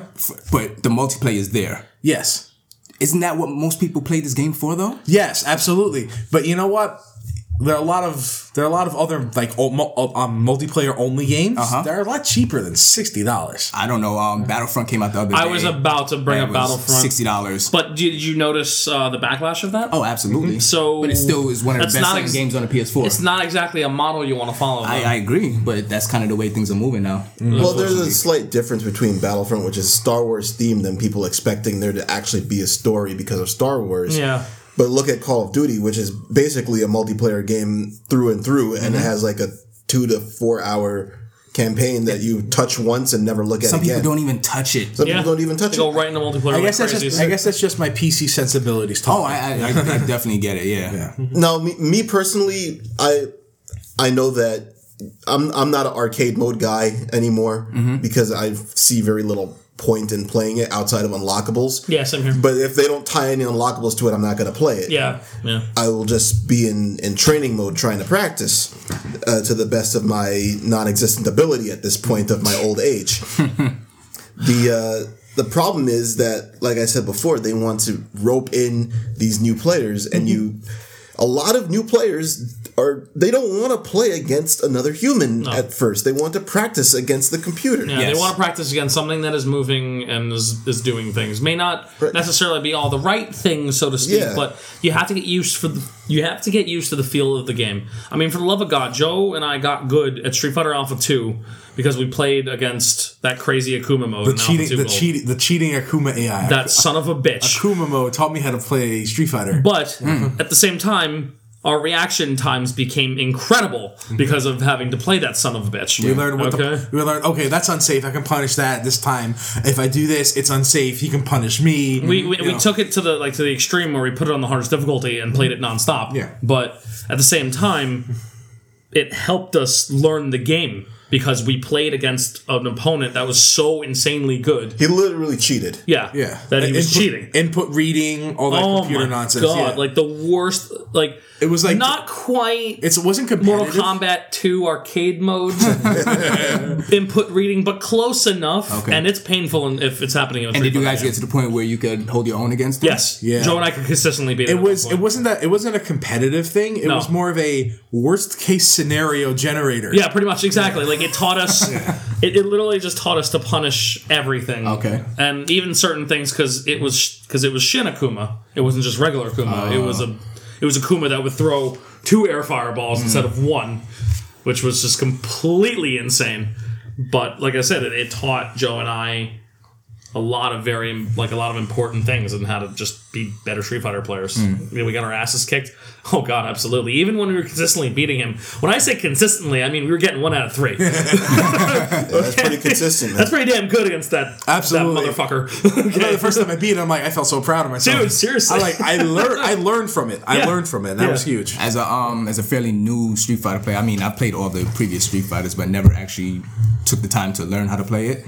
[SPEAKER 4] but the multiplayer is there.
[SPEAKER 2] Yes,
[SPEAKER 4] Isn't that what most people play this game for, though?
[SPEAKER 2] yes, absolutely. But you know what? There are a lot of there are a lot of other like o- mu- o- um, multiplayer only games.
[SPEAKER 4] Uh-huh.
[SPEAKER 2] They're a lot cheaper than sixty dollars.
[SPEAKER 4] I don't know. Um, Battlefront came out the other
[SPEAKER 3] I
[SPEAKER 4] day.
[SPEAKER 3] was about to bring
[SPEAKER 4] That
[SPEAKER 3] up
[SPEAKER 4] was
[SPEAKER 3] Battlefront,
[SPEAKER 4] Sixty dollars.
[SPEAKER 3] but did you notice uh, the backlash of that?
[SPEAKER 4] Oh, absolutely.
[SPEAKER 3] So-
[SPEAKER 4] but it still is one of the
[SPEAKER 3] That's
[SPEAKER 4] best
[SPEAKER 3] not
[SPEAKER 4] selling
[SPEAKER 3] ex-
[SPEAKER 4] games on the PS4.
[SPEAKER 3] It's not exactly a model you want to follow.
[SPEAKER 4] I,
[SPEAKER 3] though.
[SPEAKER 4] I agree, but that's kind of the way things are moving now.
[SPEAKER 3] Mm.
[SPEAKER 1] Well, there's a slight difference between Battlefront, which is Star Wars themed, and people expecting there to actually be a story because of Star Wars.
[SPEAKER 3] yeah,
[SPEAKER 1] But look at Call of Duty, which is basically a multiplayer game through and through, and it has like a two to four hour campaign that you touch once and never look at
[SPEAKER 4] Some
[SPEAKER 1] again.
[SPEAKER 4] people don't even touch it.
[SPEAKER 1] Some
[SPEAKER 3] yeah.
[SPEAKER 1] people don't even touch
[SPEAKER 3] They
[SPEAKER 1] it.
[SPEAKER 3] go right into multiplayer.
[SPEAKER 2] I guess
[SPEAKER 3] like
[SPEAKER 2] that's just
[SPEAKER 3] crazies.
[SPEAKER 2] I guess that's just my PC sensibilities.
[SPEAKER 4] Oh,
[SPEAKER 2] Talking.
[SPEAKER 4] I, I, I I definitely get it. Yeah.
[SPEAKER 1] No, me, me personally, I I know that I'm I'm not an arcade mode guy anymore because I see very little point in playing it outside of unlockables.
[SPEAKER 3] yeah, same here.
[SPEAKER 1] But if they don't tie any unlockables to it, I'm not going to play it.
[SPEAKER 3] yeah, yeah.
[SPEAKER 1] I will just be in, in training mode trying to practice uh, to the best of my non existent ability at this point of my old age. the, uh, the problem
[SPEAKER 3] Mm-hmm.
[SPEAKER 1] is that, like I said before, they want to rope in these new players, and you. a lot of new players are they don't want to play against another human at first. They want to practice against the computer.
[SPEAKER 3] Yeah,
[SPEAKER 4] Yes.
[SPEAKER 3] they want to practice against something that is moving and is, is doing things. May not
[SPEAKER 1] Right.
[SPEAKER 3] necessarily be all the right things, so to speak,
[SPEAKER 1] Yeah.
[SPEAKER 3] but you have to get used for the, you have to get used to the feel of the game. I mean, for the love of God, Joe and I got good at Street Fighter Alpha Two because we played against that crazy Akuma mode.
[SPEAKER 2] The
[SPEAKER 3] in Alpha 2
[SPEAKER 2] cheating, the
[SPEAKER 3] Gold.
[SPEAKER 2] cheating, the cheating Akuma AI.
[SPEAKER 3] that son of a bitch.
[SPEAKER 2] Akuma Mm-hmm. Mo taught me how to play Street Fighter.
[SPEAKER 3] But at the same time, our reaction times became incredible because of having to play that son of a bitch.
[SPEAKER 2] We learned what
[SPEAKER 3] okay?
[SPEAKER 2] the, we learned. Okay, that's unsafe. I can punish that this time. If I do this, it's unsafe. He can punish me.
[SPEAKER 3] we, we,
[SPEAKER 2] You
[SPEAKER 3] we
[SPEAKER 2] know.
[SPEAKER 3] took it to the like to the extreme where we put it on the hardest difficulty and played it nonstop.
[SPEAKER 2] Yeah.
[SPEAKER 3] But at the same time, it helped us learn the game because we played against an opponent that was so insanely good.
[SPEAKER 1] He literally cheated.
[SPEAKER 3] Yeah.
[SPEAKER 2] yeah Uh,
[SPEAKER 3] That he was
[SPEAKER 2] Input-
[SPEAKER 3] cheating.
[SPEAKER 2] Input reading, all that
[SPEAKER 3] Oh
[SPEAKER 2] computer
[SPEAKER 3] my
[SPEAKER 2] nonsense.
[SPEAKER 3] god!
[SPEAKER 2] yeah.
[SPEAKER 3] Like the worst. Like
[SPEAKER 2] it was like
[SPEAKER 3] not quite.
[SPEAKER 2] It's, it wasn't
[SPEAKER 3] Mortal
[SPEAKER 2] competitive.
[SPEAKER 3] Kombat 2 arcade mode input reading, but close enough,
[SPEAKER 4] Okay.
[SPEAKER 3] and it's painful if it's happening. In a
[SPEAKER 4] And did you
[SPEAKER 3] three-player
[SPEAKER 4] guys
[SPEAKER 3] game.
[SPEAKER 4] get to the point where you could hold your own against them?
[SPEAKER 3] Yes.
[SPEAKER 2] Yeah.
[SPEAKER 3] Joe and I could consistently beat it.
[SPEAKER 2] It was. It wasn't that. It wasn't a competitive thing. It
[SPEAKER 3] No.
[SPEAKER 2] was more of a worst case scenario generator.
[SPEAKER 3] Yeah, pretty much exactly. Like it taught us. it, it literally just taught us to punish everything.
[SPEAKER 4] Okay.
[SPEAKER 3] And Um, even certain things because it was because it was Shin Akuma. It wasn't just regular Akuma. it was a it was Akuma that would throw two air fireballs instead of one, which was just completely insane. But like I said, it, it taught Joe and I a lot of very like a lot of important things and how to just be better Street Fighter players. I mean, we got our asses kicked. Oh god, absolutely. Even when we were consistently beating him. When I say consistently, I mean we were getting one out of three.
[SPEAKER 1] Yeah, that's pretty consistent.
[SPEAKER 3] That's pretty damn good against that
[SPEAKER 2] Absolutely.
[SPEAKER 3] that motherfucker.
[SPEAKER 2] You know, the first time I beat it, I'm like, I felt so proud of myself.
[SPEAKER 3] Dude, seriously.
[SPEAKER 2] I like, I learned, I learned from it. I
[SPEAKER 3] Yeah.
[SPEAKER 2] learned from it. That
[SPEAKER 3] Yeah.
[SPEAKER 2] was huge.
[SPEAKER 4] As a um as a fairly new Street Fighter player, I mean I played all the previous Street Fighters, but never actually took the time to learn how to play it.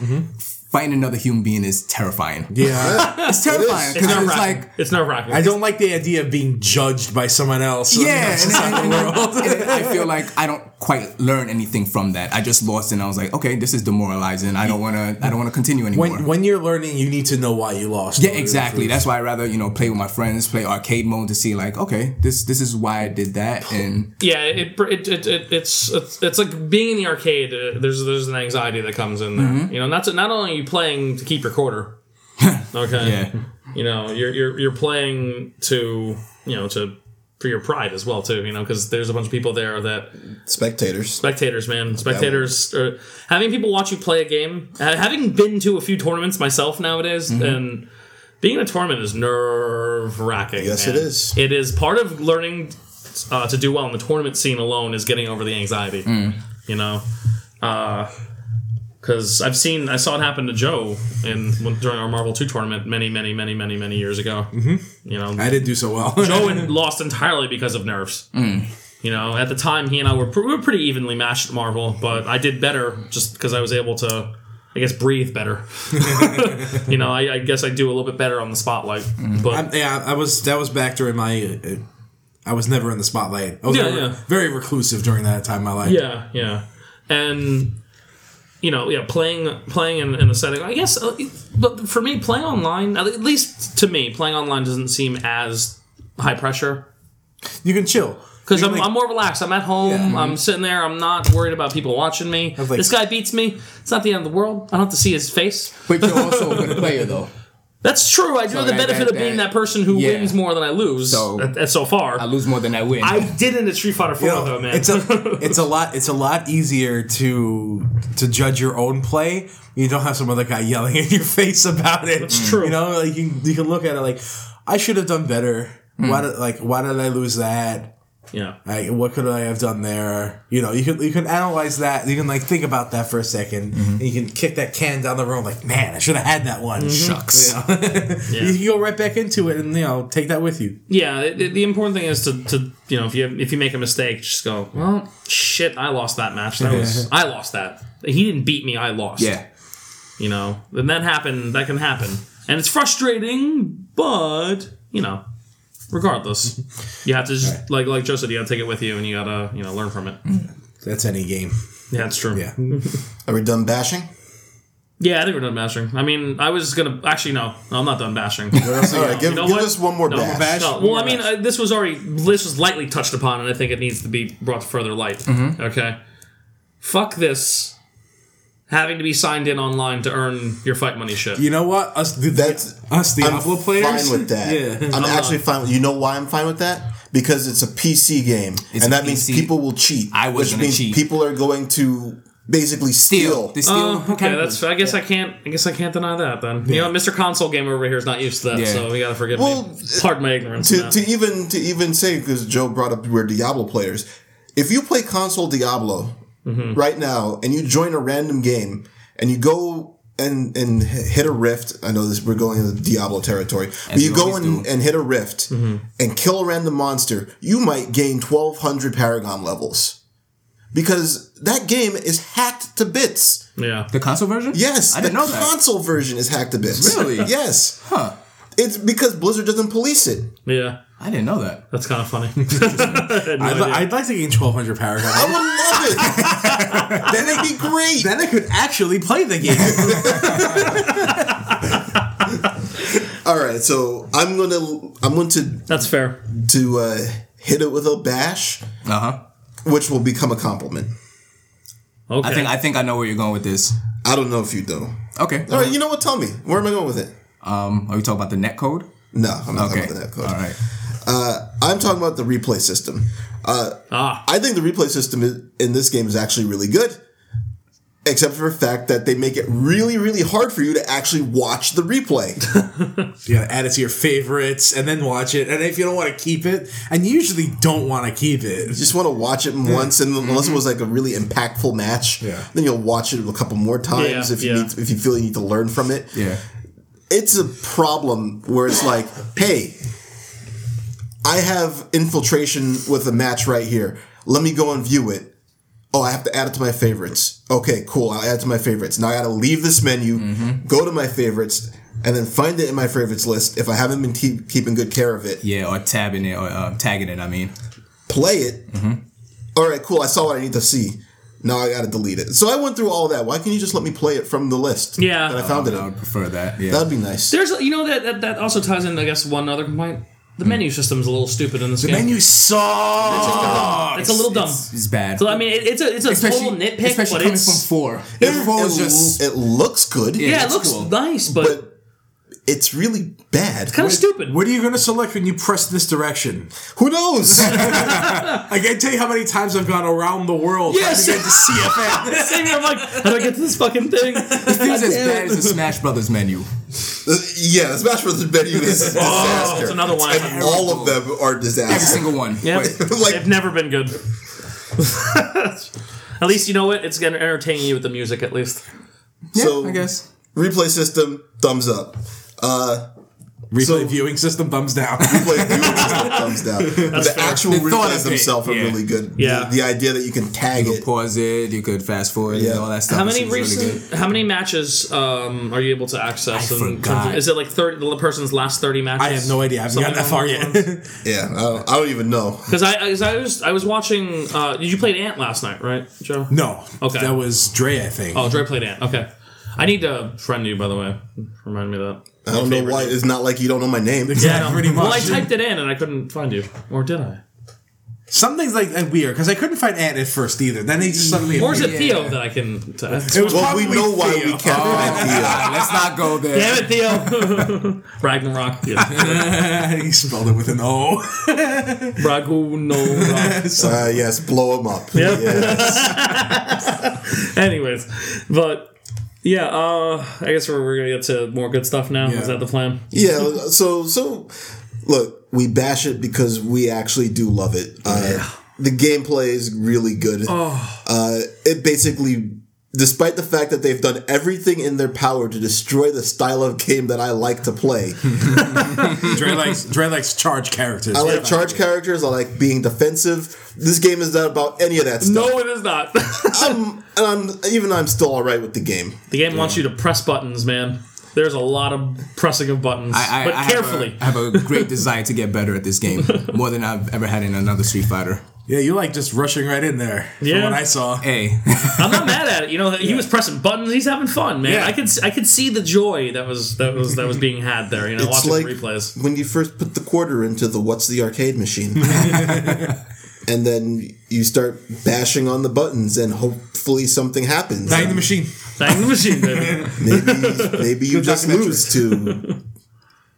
[SPEAKER 4] Fighting another human being is terrifying.
[SPEAKER 2] Yeah,
[SPEAKER 4] It's terrifying
[SPEAKER 3] it's
[SPEAKER 4] because
[SPEAKER 3] not
[SPEAKER 4] it's
[SPEAKER 3] rocking.
[SPEAKER 4] like
[SPEAKER 3] it's not rocking.
[SPEAKER 2] I don't like the idea of being judged by someone else.
[SPEAKER 4] yeah, and, and- and- and I feel like I don't quite learn anything from that. I just lost and I was like, okay, this is demoralizing. I don't want to. I don't want to continue anymore.
[SPEAKER 2] When when you're learning, you need to know why you lost.
[SPEAKER 4] yeah, exactly. That's why I rather you know play with my friends, play arcade mode to see like, okay, this this is why I did that, and
[SPEAKER 3] yeah, it, it, it, it it's, it's it's like being in the arcade. Uh, there's there's an anxiety that comes in there.
[SPEAKER 2] Mm-hmm.
[SPEAKER 3] You know, not to, not only are you playing to keep your quarter. Okay.
[SPEAKER 4] yeah,
[SPEAKER 3] you know you're you're you're playing to you know to for your pride as well too you know because there's a bunch of people there that
[SPEAKER 1] Spectators.
[SPEAKER 3] spectators man spectators or having people watch you play a game ha- having been to a few tournaments myself nowadays
[SPEAKER 1] Mm-hmm.
[SPEAKER 3] and being in a tournament is nerve wracking
[SPEAKER 1] Yes, it is.
[SPEAKER 3] it is part of learning uh, to do well in the tournament scene alone is getting over the anxiety
[SPEAKER 1] Mm.
[SPEAKER 3] you know because I've seen I saw it happen to Joe in during our Marvel Two tournament many many many many many years ago. Mm-hmm. You know,
[SPEAKER 2] I didn't do so well.
[SPEAKER 3] Joe and lost entirely because of nerves. You know, at the time he and I were pr- we were pretty evenly matched at Marvel, but I did better just because I was able to. I guess breathe better. you know, I, I guess I do a little bit better on the spotlight. But
[SPEAKER 2] I, yeah, I was. That was back during my. Uh, I was never in the spotlight. I was
[SPEAKER 3] Yeah,
[SPEAKER 2] never-
[SPEAKER 3] yeah.
[SPEAKER 2] very reclusive during that time of my life.
[SPEAKER 3] Yeah, yeah, and you know, yeah, playing playing in, in a setting. I guess, uh, but for me, playing online, at least to me, playing online doesn't seem as high pressure
[SPEAKER 2] you can chill
[SPEAKER 3] because
[SPEAKER 2] You
[SPEAKER 3] I'm,
[SPEAKER 2] can, like-
[SPEAKER 3] I'm more relaxed. I'm at home. I'm sitting there. I'm not worried about people watching me.
[SPEAKER 2] like-
[SPEAKER 3] this guy beats me. It's not the end of the world. I don't have to see his face.
[SPEAKER 4] but you're also a good player though.
[SPEAKER 3] That's true. I do have the
[SPEAKER 4] that-
[SPEAKER 3] benefit
[SPEAKER 4] that-
[SPEAKER 3] of being
[SPEAKER 4] that-
[SPEAKER 3] that person who
[SPEAKER 4] yeah.
[SPEAKER 3] wins more than I lose.
[SPEAKER 4] So-
[SPEAKER 3] So, so far,
[SPEAKER 4] I
[SPEAKER 3] I,
[SPEAKER 4] lose more than I win.
[SPEAKER 3] didn't at Street Fighter Four
[SPEAKER 2] You know,
[SPEAKER 3] though, man.
[SPEAKER 2] It's a it's a lot it's a lot easier to to judge your own play. when You don't have some other guy yelling in your face about it. It's
[SPEAKER 3] true.
[SPEAKER 2] You know, like you, you can look at it like I should have done better. Why did like why did I lose that?
[SPEAKER 3] yeah.
[SPEAKER 2] Like what could I have done there? You know, you can you can analyze that. You can like think about that for a 2nd
[SPEAKER 1] Mm-hmm.
[SPEAKER 2] and you can kick that can down the road. Like man, I should have had that one.
[SPEAKER 4] Shucks.
[SPEAKER 2] You, know? you can go right back into it and you know take that with you.
[SPEAKER 3] Yeah, it, it- the important thing is to, to you know if you if you make a mistake, just go. Well, shit, I lost that match. That was I lost that. He didn't beat me. I lost.
[SPEAKER 4] Yeah.
[SPEAKER 3] you know, then that happened. That can happen, and it's frustrating, but you know, regardless, you have to just like like Joe said, you gotta take it with you, and you gotta you know learn from it.
[SPEAKER 2] That's any game.
[SPEAKER 3] Yeah, it's true.
[SPEAKER 2] Yeah.
[SPEAKER 1] Are we done bashing?
[SPEAKER 3] Yeah, I think we're done bashing. I mean, I was gonna actually no, no I'm not done bashing.
[SPEAKER 1] All right, give,
[SPEAKER 3] You know
[SPEAKER 1] give
[SPEAKER 3] what?
[SPEAKER 1] us one more
[SPEAKER 3] No,
[SPEAKER 1] bash.
[SPEAKER 2] bash.
[SPEAKER 3] No, well, I mean, uh, this was already this was lightly touched upon, and I think it needs to be brought to further light. Okay, fuck this. Having to be signed in online to earn your fight money shit.
[SPEAKER 2] You know what? Us, the,
[SPEAKER 1] That's-
[SPEAKER 2] us
[SPEAKER 1] I'm
[SPEAKER 2] Diablo players.
[SPEAKER 1] fine with that.
[SPEAKER 2] yeah.
[SPEAKER 1] I'm, actually fine. With, you know why I'm fine with that? Because it's a PC game,
[SPEAKER 4] It's
[SPEAKER 1] and
[SPEAKER 4] a
[SPEAKER 1] that means
[SPEAKER 4] PC.
[SPEAKER 1] people will cheat.
[SPEAKER 4] I was
[SPEAKER 1] which
[SPEAKER 4] gonna
[SPEAKER 1] means
[SPEAKER 4] cheat.
[SPEAKER 1] people are going to basically steal.
[SPEAKER 4] They steal
[SPEAKER 3] Oh, okay,
[SPEAKER 4] characters.
[SPEAKER 3] that's. I guess I can't. I guess I can't deny that. Then you know, Mr. Console Gamer over here is not used to that,
[SPEAKER 4] Yeah.
[SPEAKER 3] so we gotta forgive
[SPEAKER 1] Well,
[SPEAKER 3] me. Pardon my ignorance.
[SPEAKER 1] to,
[SPEAKER 3] man.
[SPEAKER 1] to even to even say because Joe brought up we're Diablo players. If you play console Diablo
[SPEAKER 4] Mm-hmm.
[SPEAKER 1] right now and you join a random game and you go and and h- hit a rift, I know this we're going into Diablo territory, but you
[SPEAKER 4] we
[SPEAKER 1] go
[SPEAKER 4] always
[SPEAKER 1] and,
[SPEAKER 4] do. Mm-hmm.
[SPEAKER 1] and hit a rift and kill a random monster, you might gain twelve hundred Paragon levels because that game is hacked to bits.
[SPEAKER 3] yeah.
[SPEAKER 4] the console version.
[SPEAKER 1] Yes,
[SPEAKER 4] I didn't
[SPEAKER 1] the
[SPEAKER 4] know that.
[SPEAKER 1] console version is hacked to bits.
[SPEAKER 4] Really?
[SPEAKER 1] yes,
[SPEAKER 4] huh?
[SPEAKER 1] it's because Blizzard doesn't police it.
[SPEAKER 3] Yeah.
[SPEAKER 4] I didn't know that.
[SPEAKER 3] That's kind of funny. I had no
[SPEAKER 2] I'd, li-
[SPEAKER 3] idea.
[SPEAKER 2] I'd like to gain 1,200
[SPEAKER 1] I
[SPEAKER 2] paragraphs.
[SPEAKER 1] would love it. then it'd be great.
[SPEAKER 2] then I could actually play the game.
[SPEAKER 1] All right, so I'm gonna I'm going to
[SPEAKER 3] That's fair.
[SPEAKER 1] to uh, hit it with a bash,
[SPEAKER 4] Uh huh.
[SPEAKER 1] which will become a compliment.
[SPEAKER 3] Okay.
[SPEAKER 4] I think I think I know where you're going with this.
[SPEAKER 1] I don't know if you do.
[SPEAKER 4] Okay.
[SPEAKER 1] All right, you know what? Tell me where am I going with it?
[SPEAKER 4] Um, are we talking about the net code?
[SPEAKER 1] No, I'm not
[SPEAKER 4] Okay.
[SPEAKER 1] talking about that
[SPEAKER 4] All
[SPEAKER 1] code.
[SPEAKER 4] right.
[SPEAKER 1] I'm talking about the replay system. Uh,
[SPEAKER 3] ah.
[SPEAKER 1] I think the replay system is- in this game is actually really good, except for the fact that they make it really, really hard for you to actually watch the replay.
[SPEAKER 2] you gotta add it to your favorites and then watch it. And if you don't want to keep it, and you usually don't want to keep it,
[SPEAKER 1] You just want to watch it once, and unless it was like a really impactful match,
[SPEAKER 2] Yeah.
[SPEAKER 1] then you'll watch it a couple more times
[SPEAKER 3] Yeah,
[SPEAKER 1] if you
[SPEAKER 3] yeah.
[SPEAKER 1] need, if you feel you need to learn from it.
[SPEAKER 4] Yeah.
[SPEAKER 1] It's a problem where it's like, hey, I have infiltration with a match right here. Let me go and view it. Oh, I have to add it to my favorites. Okay, cool. I'll add it to my favorites. Now I got to leave this menu, go to my favorites, and then find it in my favorites list if I haven't been keep, keeping good care of it.
[SPEAKER 4] Yeah. Or tabbing it or um, tagging it. I mean.
[SPEAKER 1] play it.
[SPEAKER 3] Mm-hmm.
[SPEAKER 1] All right, cool. I saw what I need to see. Now I got to delete it. So I went through all that. Why can't you just let me play it from the list?
[SPEAKER 3] Yeah.
[SPEAKER 1] that I found it.
[SPEAKER 4] I would
[SPEAKER 1] in?
[SPEAKER 4] prefer that. Yeah.
[SPEAKER 1] That'd be nice.
[SPEAKER 3] There's, you know, that, that that also ties in, I guess, one other complaint. The
[SPEAKER 4] Hmm.
[SPEAKER 3] menu system's a little stupid in this game.
[SPEAKER 2] menu sucks.
[SPEAKER 3] it's a little dumb.
[SPEAKER 4] it's bad.
[SPEAKER 3] So I mean, it, it's a it's a total nitpick,
[SPEAKER 4] especially
[SPEAKER 3] but
[SPEAKER 4] coming
[SPEAKER 3] it's
[SPEAKER 4] from four.
[SPEAKER 1] It-
[SPEAKER 4] four was
[SPEAKER 1] it,
[SPEAKER 4] just
[SPEAKER 1] it looks good.
[SPEAKER 3] yeah, it
[SPEAKER 4] that's
[SPEAKER 3] looks
[SPEAKER 4] cool.
[SPEAKER 3] nice, but,
[SPEAKER 1] but it's really bad.
[SPEAKER 3] kind of stupid.
[SPEAKER 2] What are you gonna select when you press this direction?
[SPEAKER 1] Who knows?
[SPEAKER 2] I can't tell you how many times I've gone around the world
[SPEAKER 3] Yes.
[SPEAKER 2] trying to get to CFN.
[SPEAKER 3] Same here, I'm like, how do I get to this fucking thing?
[SPEAKER 4] things as bad as the Smash Brothers menu.
[SPEAKER 1] yeah, the Smash Bros. menu is a disaster.
[SPEAKER 3] that's another one.
[SPEAKER 1] And all of them are
[SPEAKER 4] Every
[SPEAKER 1] disasters.
[SPEAKER 4] single one.
[SPEAKER 3] Yeah,
[SPEAKER 4] But
[SPEAKER 1] like-
[SPEAKER 3] they've never been good. at least you know what it's gonna entertain you with the music. At least
[SPEAKER 4] yeah,
[SPEAKER 1] so-
[SPEAKER 4] I guess.
[SPEAKER 1] Replay system, thumbs up.
[SPEAKER 2] Replay
[SPEAKER 1] So-
[SPEAKER 2] viewing system thumbs down.
[SPEAKER 1] Replay viewing system, thumbs down. the
[SPEAKER 3] fair.
[SPEAKER 1] actual
[SPEAKER 4] The thought
[SPEAKER 1] replays
[SPEAKER 4] of it,
[SPEAKER 1] themselves are
[SPEAKER 4] yeah.
[SPEAKER 1] really good.
[SPEAKER 3] Yeah.
[SPEAKER 1] The, the idea that you can tag
[SPEAKER 4] You
[SPEAKER 1] it.
[SPEAKER 4] could pause it. You could fast forward
[SPEAKER 1] Yeah.
[SPEAKER 4] and all that stuff.
[SPEAKER 3] how
[SPEAKER 4] It
[SPEAKER 3] many
[SPEAKER 4] seems really
[SPEAKER 3] recent,
[SPEAKER 4] good.
[SPEAKER 3] how many matches um, are you able to access?
[SPEAKER 4] I
[SPEAKER 3] in terms of-
[SPEAKER 4] forgot.
[SPEAKER 3] is it like thirty? The person's last thirty matches.
[SPEAKER 2] I have no idea. I haven't gotten that far yet.
[SPEAKER 1] Yeah, I don't, I don't even know.
[SPEAKER 3] Because I, I, 'cause I was I was watching. Uh, did you play Ant last night, right, Joe?
[SPEAKER 2] no.
[SPEAKER 3] Okay.
[SPEAKER 2] That was Dre, I think.
[SPEAKER 3] Oh, Dre played Ant. Okay. I need to friend you, by the way. Remind me of that.
[SPEAKER 1] I don't know why. It's not like you don't know my name.
[SPEAKER 2] Yeah, pretty much.
[SPEAKER 3] Well, I typed it in and I couldn't find you, or did I?
[SPEAKER 2] Some things like that weird because I couldn't find Ant at first either. Then they just suddenly.
[SPEAKER 3] Or is it
[SPEAKER 4] Yeah.
[SPEAKER 3] Theo that I can? T-
[SPEAKER 2] was
[SPEAKER 1] Well, we
[SPEAKER 2] probably
[SPEAKER 1] know why
[SPEAKER 2] Theo.
[SPEAKER 1] we can't find
[SPEAKER 4] Uh, Oh, let's not go there.
[SPEAKER 3] Damn it, Theo! Ragnarok. Yeah.
[SPEAKER 2] he spelled it with an O.
[SPEAKER 3] Ragnarok.
[SPEAKER 1] Theo. Uh, yes, blow him up. Yes.
[SPEAKER 3] Anyways, but yeah, uh, I guess we're, we're gonna get to more good stuff now. Is that the plan?
[SPEAKER 1] yeah. So so, look, we bash it because we actually do love it. Uh, The gameplay is really good.
[SPEAKER 3] Oh.
[SPEAKER 1] Uh, it basically, despite the fact that they've done everything in their power to destroy the style of game that I like to play,
[SPEAKER 2] Dre likes Dre likes charge characters.
[SPEAKER 1] I like charge characters. I like being defensive. This game is not about any of that stuff.
[SPEAKER 3] No, it is not. the
[SPEAKER 1] I'm, and I'm even I'm still all right with the game.
[SPEAKER 3] game wants you to press buttons, man. There's a lot of pressing of buttons,
[SPEAKER 4] I, I-
[SPEAKER 3] but
[SPEAKER 4] I have a-
[SPEAKER 3] carefully.
[SPEAKER 4] I have a great desire to get better at this game, more than I've ever had in another Street Fighter.
[SPEAKER 2] Yeah, you like just rushing right in there. From
[SPEAKER 3] Yeah.
[SPEAKER 2] what I saw.
[SPEAKER 4] Hey,
[SPEAKER 3] I'm not mad at it. You know, he was pressing buttons. He's having fun, man.
[SPEAKER 2] Yeah.
[SPEAKER 3] I could s- I could see the joy that was that was that was being had there. You know,
[SPEAKER 1] It's
[SPEAKER 3] watching
[SPEAKER 1] like
[SPEAKER 3] replays.
[SPEAKER 1] when you first put the quarter into the what's the arcade machine. and then you start bashing on the buttons and hopefully something happens.
[SPEAKER 2] Dying the machine.
[SPEAKER 3] Bang the machine, baby.
[SPEAKER 1] Maybe maybe you
[SPEAKER 2] Good
[SPEAKER 1] just
[SPEAKER 2] documentary.
[SPEAKER 1] lose to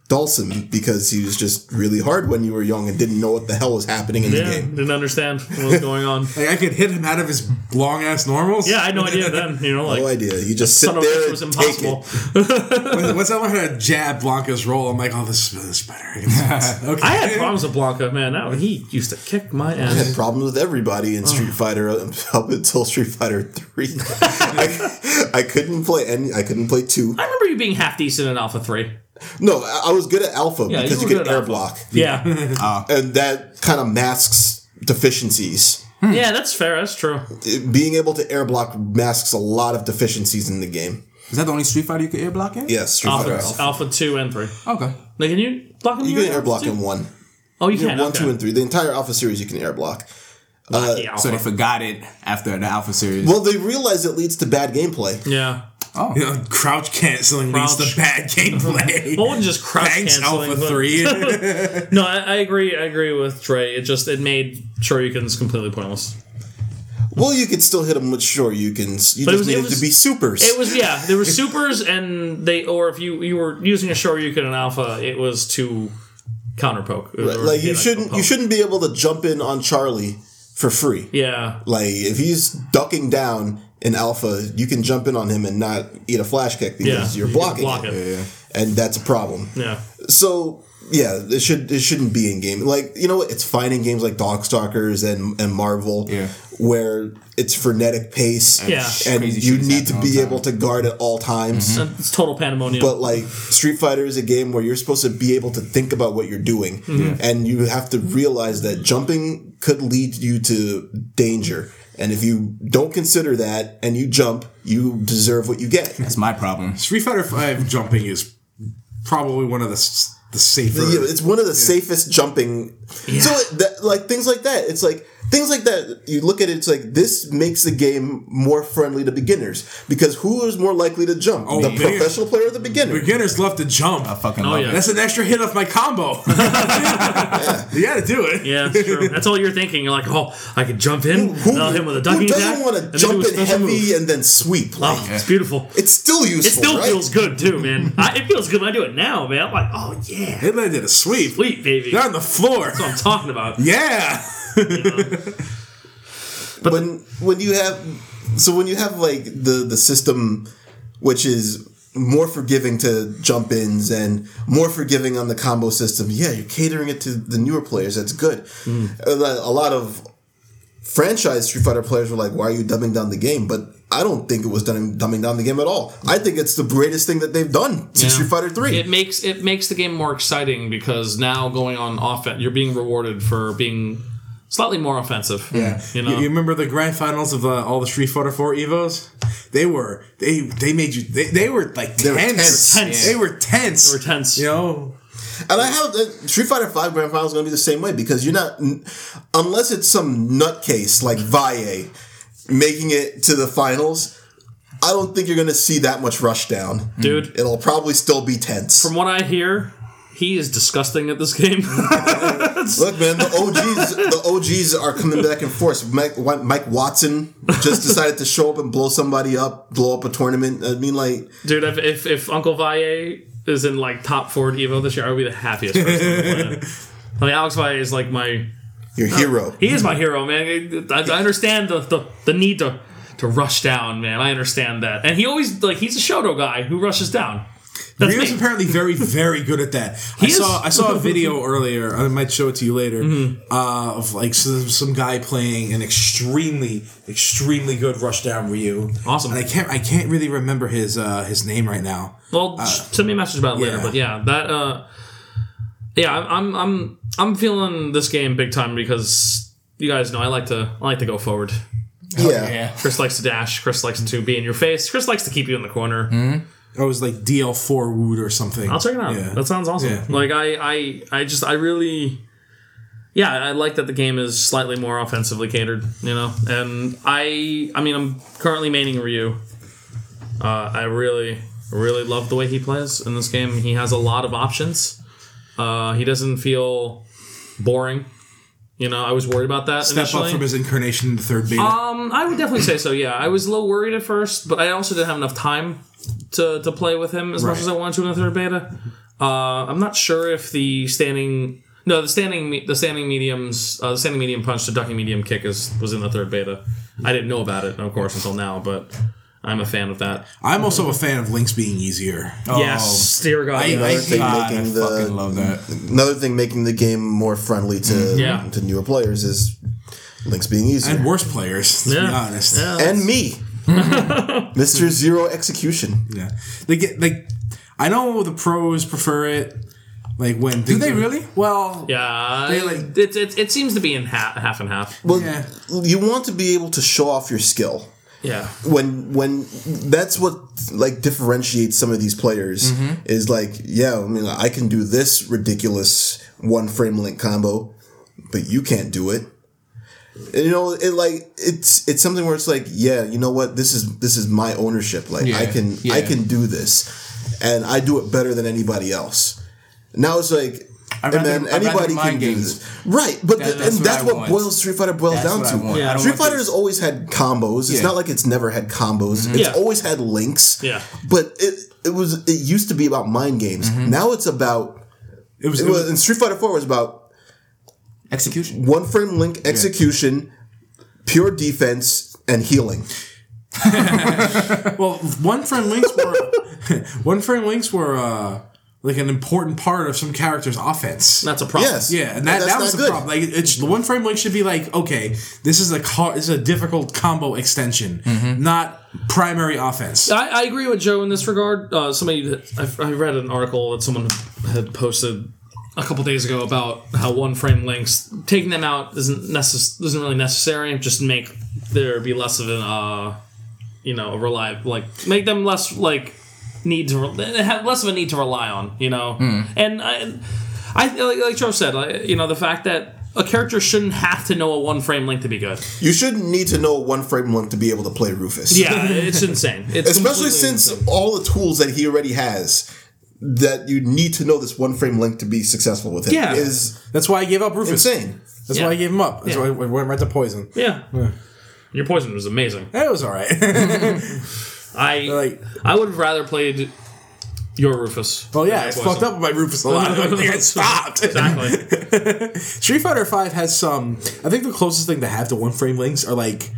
[SPEAKER 1] Dulcim because he was just really hard when you were young and didn't know what the hell was happening in
[SPEAKER 3] Yeah,
[SPEAKER 1] the game.
[SPEAKER 3] didn't understand what was going on.
[SPEAKER 2] Like I could hit him out of his long ass normals.
[SPEAKER 3] Yeah, I had no idea then. You know, like
[SPEAKER 1] No idea. You just Oh, sit
[SPEAKER 3] son of a bitch
[SPEAKER 1] there
[SPEAKER 3] was
[SPEAKER 1] and take
[SPEAKER 3] impossible.
[SPEAKER 1] it.
[SPEAKER 2] Once- Once I learned how to jab Blanca's roll, I'm like, oh, this is, this is better. okay.
[SPEAKER 3] I had problems with Blanca, man. That, he used to kick my
[SPEAKER 1] I had
[SPEAKER 3] ass.
[SPEAKER 1] problems with everybody in Street Fighter up up until Street Fighter Three. I, I couldn't play any. I couldn't play two.
[SPEAKER 3] I remember you being half decent in Alpha Three.
[SPEAKER 1] No, I I was good at Alpha
[SPEAKER 3] Yeah,
[SPEAKER 1] because
[SPEAKER 3] you
[SPEAKER 1] you,
[SPEAKER 3] were
[SPEAKER 1] could
[SPEAKER 3] good at
[SPEAKER 1] air
[SPEAKER 3] Alpha.
[SPEAKER 1] block,
[SPEAKER 3] Yeah,
[SPEAKER 1] and that kind of masks deficiencies.
[SPEAKER 3] yeah, that's fair. That's true.
[SPEAKER 1] It- Being able to air block masks a lot of deficiencies in the game.
[SPEAKER 4] is that the only Street Fighter you could air block in?
[SPEAKER 1] Yes, Street
[SPEAKER 3] Alpha,
[SPEAKER 1] Fighter
[SPEAKER 3] Alpha.
[SPEAKER 1] Alpha.
[SPEAKER 3] Two and Three.
[SPEAKER 4] Okay.
[SPEAKER 3] Like, can you block him?
[SPEAKER 1] You
[SPEAKER 3] here?
[SPEAKER 1] can air block
[SPEAKER 3] Two?
[SPEAKER 1] in one,
[SPEAKER 3] Oh, you can.
[SPEAKER 1] one,
[SPEAKER 3] okay.
[SPEAKER 1] two, and three. The entire Alpha series you can air block.
[SPEAKER 3] Yeah, Alpha.
[SPEAKER 4] So they forgot it after the Alpha series.
[SPEAKER 1] Well, they realize it leads to bad gameplay.
[SPEAKER 3] yeah.
[SPEAKER 4] Oh.
[SPEAKER 2] You know, crouch canceling leads
[SPEAKER 3] Crouch.
[SPEAKER 2] to bad gameplay.
[SPEAKER 3] Well, it wasn't just crouch
[SPEAKER 2] Thanks,
[SPEAKER 3] canceling,
[SPEAKER 2] Alpha
[SPEAKER 3] but-
[SPEAKER 2] 3.
[SPEAKER 3] No, I, I agree. I agree with Trey. It just it made Shoryuken's completely pointless.
[SPEAKER 1] Well, you could still hit them with sure you can. You
[SPEAKER 3] it
[SPEAKER 1] just
[SPEAKER 3] was- it
[SPEAKER 1] needed
[SPEAKER 3] was-
[SPEAKER 1] to be supers.
[SPEAKER 3] It was yeah. There were supers and they or if you you were using a Shoryuken and Alpha, it was to counterpoke. Or
[SPEAKER 1] like you
[SPEAKER 3] hit a
[SPEAKER 1] shouldn't you
[SPEAKER 3] poke.
[SPEAKER 1] shouldn't be able to jump in on Charlie for free.
[SPEAKER 3] Yeah,
[SPEAKER 1] Like if he's ducking down in alpha, you can jump in on him and not eat a flash kick
[SPEAKER 3] yeah.
[SPEAKER 1] because
[SPEAKER 3] You
[SPEAKER 1] you're
[SPEAKER 3] could
[SPEAKER 1] blocking,
[SPEAKER 3] Block
[SPEAKER 1] it.
[SPEAKER 3] it.
[SPEAKER 1] and that's a problem.
[SPEAKER 3] Yeah.
[SPEAKER 1] So yeah, it should it shouldn't be in game. Like you know what? It's fine in games like Dogstalkers and and Marvel,
[SPEAKER 4] Yeah.
[SPEAKER 1] where it's frenetic pace,
[SPEAKER 3] Yeah.
[SPEAKER 1] and
[SPEAKER 4] Crazy
[SPEAKER 1] you
[SPEAKER 4] shit's
[SPEAKER 1] need to
[SPEAKER 4] happening all
[SPEAKER 1] be
[SPEAKER 4] the
[SPEAKER 1] able to guard at all times.
[SPEAKER 3] It's total pandemonium.
[SPEAKER 1] Mm. But like Street Fighter is a game where you're supposed to be able to think about what you're doing,
[SPEAKER 3] Mm-hmm.
[SPEAKER 1] and you have to realize that jumping could lead you to danger. And if you don't consider that and you jump, you deserve what you get.
[SPEAKER 4] That's my problem.
[SPEAKER 2] Street Fighter 5 jumping is probably one of the, s- the safer.
[SPEAKER 1] Yeah, it's one of the safest jumping. So that, like things like that, it's like things like that. You look at it, it's like this makes the game more friendly to beginners because who is more likely to jump, the
[SPEAKER 2] yeah.
[SPEAKER 1] professional player or the beginner?
[SPEAKER 2] Beginners love to jump.
[SPEAKER 4] I fucking
[SPEAKER 3] Oh,
[SPEAKER 4] love
[SPEAKER 3] yeah.
[SPEAKER 4] it.
[SPEAKER 2] That's an extra hit off my combo. You gotta do it.
[SPEAKER 3] yeah, that's true. That's all you're thinking. You're like, oh, I could jump in, and I'll hit him with a ducking
[SPEAKER 1] who
[SPEAKER 3] attack,
[SPEAKER 1] doesn't want
[SPEAKER 3] and
[SPEAKER 1] to
[SPEAKER 3] then
[SPEAKER 1] jump
[SPEAKER 3] do a
[SPEAKER 1] in
[SPEAKER 3] special
[SPEAKER 1] heavy
[SPEAKER 3] move.
[SPEAKER 1] and then sweep? Like,
[SPEAKER 3] Oh, it's beautiful.
[SPEAKER 1] It's still useful.
[SPEAKER 3] It still
[SPEAKER 1] right?
[SPEAKER 3] feels good too, man. I, it feels good when I do it now, man. I'm like, oh yeah,
[SPEAKER 2] Hitman did a sweep.
[SPEAKER 3] sweet baby.
[SPEAKER 2] They're
[SPEAKER 3] That's
[SPEAKER 2] on the floor.
[SPEAKER 3] what I'm talking about.
[SPEAKER 2] Yeah.
[SPEAKER 1] when when you have so when you have like the the system which is more forgiving to jump ins and more forgiving on the combo system. Yeah, you're catering it to the newer players. That's good.
[SPEAKER 3] Hmm.
[SPEAKER 1] A lo- A lot of franchise Street Fighter players were like, "Why are you dumbing down the game?" But I don't think it was dumbing, dumbing down the game at all. I think it's the greatest thing that they've done since Street Fighter Three.
[SPEAKER 3] It makes it makes the game more exciting because now going on offense, you're being rewarded for being slightly more offensive. Yeah, you know.
[SPEAKER 2] You, you remember the grand finals of uh, all the Street Fighter Four Evos? They were they they made you they, they were like tense. They
[SPEAKER 1] were
[SPEAKER 2] were tense.
[SPEAKER 3] tense.
[SPEAKER 2] They were tense.
[SPEAKER 3] They were tense.
[SPEAKER 2] You know,
[SPEAKER 1] And I have uh, Street Fighter Five Grand Final is going to be the same way because you're not, n- unless it's some nutcase like Valle making it to the finals. I don't think you're going to see that much rush down,
[SPEAKER 3] Dude.
[SPEAKER 1] It'll probably still be tense.
[SPEAKER 3] From what I hear, he is disgusting at this game.
[SPEAKER 1] Look, man, the OGs, the OGs are coming back in force. Mike, Wa- Mike Watson just decided to show up and blow somebody up, blow up a tournament. I mean, like,
[SPEAKER 3] Dude, if, if if Uncle Valle is in like top four at Evo this year, I would be the happiest person on the planet. I mean, Alex Valle is like my
[SPEAKER 1] your hero.
[SPEAKER 3] he is my hero, man. I, I understand the, the the need to to rush down, man. I understand that, and he always like he's a Shoto guy who rushes down. That's
[SPEAKER 2] Rio's
[SPEAKER 3] me.
[SPEAKER 2] apparently very very good at that. I
[SPEAKER 3] is.
[SPEAKER 2] saw I saw a video earlier. I might show it to you later.
[SPEAKER 3] Mm-hmm.
[SPEAKER 2] Uh, of like some, some guy playing an extremely extremely good rush down Ryu.
[SPEAKER 3] Awesome.
[SPEAKER 2] And I can't I can't really remember his uh, his name right now.
[SPEAKER 3] Well, send me a message about it later.
[SPEAKER 2] yeah.
[SPEAKER 3] But yeah, that uh, yeah, I'm I'm I'm I'm feeling this game big time because you guys know I like to I like to go forward.
[SPEAKER 1] Yeah.
[SPEAKER 3] Chris likes to dash. Chris likes to be in your face. Chris likes to keep you in the corner.
[SPEAKER 2] It was like DL4 Wood or something.
[SPEAKER 3] I'll check it out.
[SPEAKER 2] Yeah.
[SPEAKER 3] That sounds awesome.
[SPEAKER 2] Yeah.
[SPEAKER 3] Like I, I, I just I really yeah, I like that the game is slightly more offensively catered, you know. And I, I mean, I'm currently maining Ryu. Uh, I really, really love the way he plays in this game. He has a lot of options. Uh, he doesn't feel boring. You know, I was worried about that
[SPEAKER 2] Step
[SPEAKER 3] initially.
[SPEAKER 2] up from his incarnation in the third beta.
[SPEAKER 3] Um, I would definitely say so. Yeah, I was a little worried at first, but I also didn't have enough time to, to play with him as much
[SPEAKER 2] Right.
[SPEAKER 3] as I wanted to in the third beta. Uh, I'm not sure if the standing no the standing me- the standing mediums uh, the standing medium punch to ducking medium kick is was in the third beta. I didn't know about it, of course, until now, but. I'm a fan of that.
[SPEAKER 2] I'm also a fan of links being easier.
[SPEAKER 4] Oh,
[SPEAKER 3] yes, dear God.
[SPEAKER 2] I-
[SPEAKER 3] yes.
[SPEAKER 1] Thing
[SPEAKER 4] God, I
[SPEAKER 2] uh,
[SPEAKER 1] making the-
[SPEAKER 4] fucking love that.
[SPEAKER 1] Another thing making the game more friendly to
[SPEAKER 3] yeah.
[SPEAKER 1] to newer players is links being easier.
[SPEAKER 2] And worse players, to
[SPEAKER 3] Yeah.
[SPEAKER 2] be honest.
[SPEAKER 3] Yeah.
[SPEAKER 1] and me, Mister Zero Execution.
[SPEAKER 2] Yeah. They get like I know the pros prefer it like when Do
[SPEAKER 4] they really?
[SPEAKER 2] Well,
[SPEAKER 3] yeah,
[SPEAKER 2] They, like-
[SPEAKER 3] it, it, it seems to be in half, half and half.
[SPEAKER 1] Well,
[SPEAKER 2] Yeah.
[SPEAKER 1] you want to be able to show off your skill.
[SPEAKER 3] Yeah,
[SPEAKER 1] when when that's what like differentiates some of these players
[SPEAKER 4] Mm-hmm.
[SPEAKER 1] is like yeah i mean i can do this ridiculous one frame link combo but you can't do it and, you know it like it's it's something where it's like yeah you know what this is this is my ownership like i
[SPEAKER 4] Yeah,
[SPEAKER 1] can i
[SPEAKER 4] yeah.
[SPEAKER 1] can do this and i do it better than anybody else now it's like
[SPEAKER 4] I'd rather-
[SPEAKER 1] and then
[SPEAKER 4] I'd rather
[SPEAKER 1] anybody
[SPEAKER 4] mind
[SPEAKER 1] can do
[SPEAKER 4] games.
[SPEAKER 1] this. Right, but th-
[SPEAKER 4] that's
[SPEAKER 1] and
[SPEAKER 4] what
[SPEAKER 1] that's
[SPEAKER 4] I
[SPEAKER 1] what,
[SPEAKER 4] want.
[SPEAKER 1] boils Street Fighter boils
[SPEAKER 4] That's
[SPEAKER 1] down
[SPEAKER 4] what I
[SPEAKER 1] to.
[SPEAKER 4] want. Yeah. I don't
[SPEAKER 1] Street
[SPEAKER 4] want this-
[SPEAKER 1] Fighter has always had combos. It's
[SPEAKER 4] Yeah.
[SPEAKER 1] not like it's never had combos.
[SPEAKER 2] Mm-hmm.
[SPEAKER 1] It's
[SPEAKER 3] Yeah.
[SPEAKER 1] always had links.
[SPEAKER 3] Yeah.
[SPEAKER 1] But it it was it used to be about mind games. Now it's about
[SPEAKER 2] Mm-hmm. it was,
[SPEAKER 1] it was in Street Fighter 4 was about
[SPEAKER 4] Execution.
[SPEAKER 1] one frame link execution, pure defense and healing.
[SPEAKER 2] well one frame links were one frame links were uh like an important part of some character's offense.
[SPEAKER 3] that's a problem.
[SPEAKER 1] Yes.
[SPEAKER 2] Oh, yeah, and that,
[SPEAKER 1] That's
[SPEAKER 2] that
[SPEAKER 1] not
[SPEAKER 2] was the
[SPEAKER 1] good.
[SPEAKER 2] problem. Like, it's the one frame link should be like, okay, this is a car, this is a difficult combo extension, not primary offense.
[SPEAKER 3] I, I agree with Joe in this regard. Uh, somebody, that- I, I read an article that someone had posted a couple days ago about how one frame links taking them out isn't necess- isn't really necessary. Just make there be less of an, uh, you know, a reliable like make them less like need to re- have less of a need to rely on. You know, and I, I like, like Joe said, like, you know, the fact that a character shouldn't have to know a one frame link to be good.
[SPEAKER 1] You shouldn't need to know one frame link to be able to play Rufus.
[SPEAKER 3] Yeah, it's insane. It's
[SPEAKER 1] Especially
[SPEAKER 3] completely
[SPEAKER 1] since
[SPEAKER 3] insane.
[SPEAKER 1] all the tools that he already has that you need to know this one frame link to be successful with him
[SPEAKER 3] Yeah.
[SPEAKER 1] is
[SPEAKER 2] That's why I gave up Rufus.
[SPEAKER 1] insane.
[SPEAKER 2] That's
[SPEAKER 3] Yeah.
[SPEAKER 2] why I gave him up. That's
[SPEAKER 3] Yeah.
[SPEAKER 2] why I went right to poison.
[SPEAKER 3] Yeah. Your poison was amazing.
[SPEAKER 2] That was all right.
[SPEAKER 3] I
[SPEAKER 2] like,
[SPEAKER 3] I would have rather played your Rufus.
[SPEAKER 2] well, Oh, yeah, it's fucked up by Rufus a lot. I don't think it stopped.
[SPEAKER 3] Exactly.
[SPEAKER 2] Street Fighter Five has some. I think the closest thing they have to one frame links are like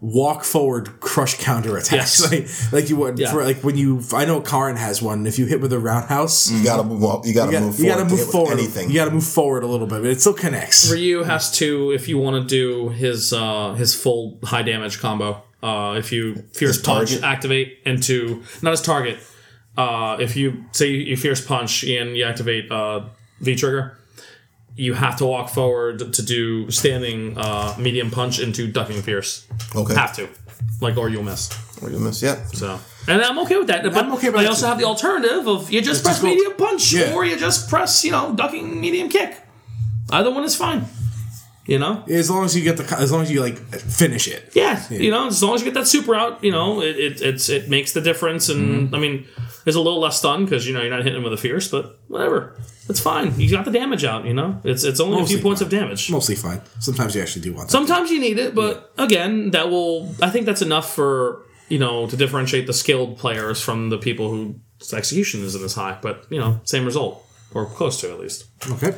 [SPEAKER 2] walk forward crush counter attacks.
[SPEAKER 3] Yes.
[SPEAKER 2] Like, like you would
[SPEAKER 3] Yeah.
[SPEAKER 2] for like when you. I know Karin has one. If you hit with a roundhouse,
[SPEAKER 1] You gotta move. You gotta
[SPEAKER 2] you,
[SPEAKER 1] Mm. move
[SPEAKER 2] got,
[SPEAKER 1] forward.
[SPEAKER 2] to
[SPEAKER 1] to
[SPEAKER 2] move
[SPEAKER 1] hit with
[SPEAKER 2] forward.
[SPEAKER 1] Anything.
[SPEAKER 2] You got to move forward a little bit, but it still connects.
[SPEAKER 3] Ryu has to if you want to do his uh, his full high damage combo. Uh, if you fierce punch
[SPEAKER 1] target?
[SPEAKER 3] activate into not his target. Uh, if you say you you fierce punch and you activate uh, V trigger, you have to walk forward to do standing uh, medium punch into ducking fierce.
[SPEAKER 1] okay.
[SPEAKER 3] Have to, like or you'll miss.
[SPEAKER 1] We're gonna miss- Yeah.
[SPEAKER 3] So, and I'm okay with that. But
[SPEAKER 2] I'm okay with
[SPEAKER 3] I
[SPEAKER 2] that
[SPEAKER 3] also
[SPEAKER 2] too.
[SPEAKER 3] have the alternative of you just press
[SPEAKER 2] go-
[SPEAKER 3] medium punch
[SPEAKER 2] Yeah.
[SPEAKER 3] or you just press, you know, ducking medium kick. Either one is fine. You know?
[SPEAKER 2] As long as you get the, co- as long as you like finish it.
[SPEAKER 3] Yeah. You know, as long as you get that super out, you know, it, it it's it makes the difference.
[SPEAKER 2] Mm-hmm.
[SPEAKER 3] And I mean, there's a little less stun because you know you're not hitting him with a fierce, but whatever. It's fine. You got the damage out. You know, it's it's only a
[SPEAKER 2] Mostly
[SPEAKER 3] few points of damage.
[SPEAKER 2] Mostly fine. Sometimes you actually do want. That.
[SPEAKER 3] Sometimes you need it, but again, that will. I think that's enough for you know to differentiate the skilled players from the people whose execution isn't as high. But you know, same result or close to at least.
[SPEAKER 2] Okay.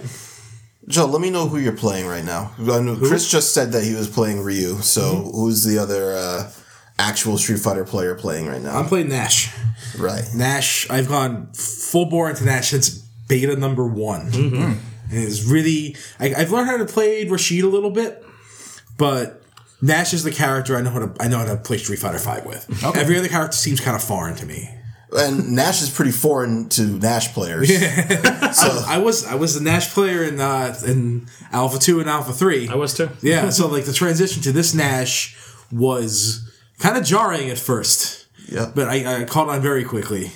[SPEAKER 1] Joe, let me know who you're playing right now. I know Chris just said that he was playing Ryu. So
[SPEAKER 2] Mm-hmm.
[SPEAKER 1] who's the other uh, actual Street Fighter player playing right now?
[SPEAKER 2] I'm playing Nash.
[SPEAKER 1] right.
[SPEAKER 2] Nash, I've gone full bore into Nash since beta number one.
[SPEAKER 3] Mm-hmm.
[SPEAKER 2] And it's really, I, I've learned how to play Rashid a little bit, but Nash is the character I know how to I know how to play Street Fighter Five with.
[SPEAKER 4] Okay.
[SPEAKER 2] Every other character seems kind of foreign to me.
[SPEAKER 1] And Nash is pretty foreign to Nash players.
[SPEAKER 2] I was I was the Nash player in uh, in Alpha Two and Alpha Three.
[SPEAKER 3] I was too.
[SPEAKER 2] yeah, so like the transition to this Nash was kind of jarring at first.
[SPEAKER 1] Yeah.
[SPEAKER 2] but I, I caught on very quickly.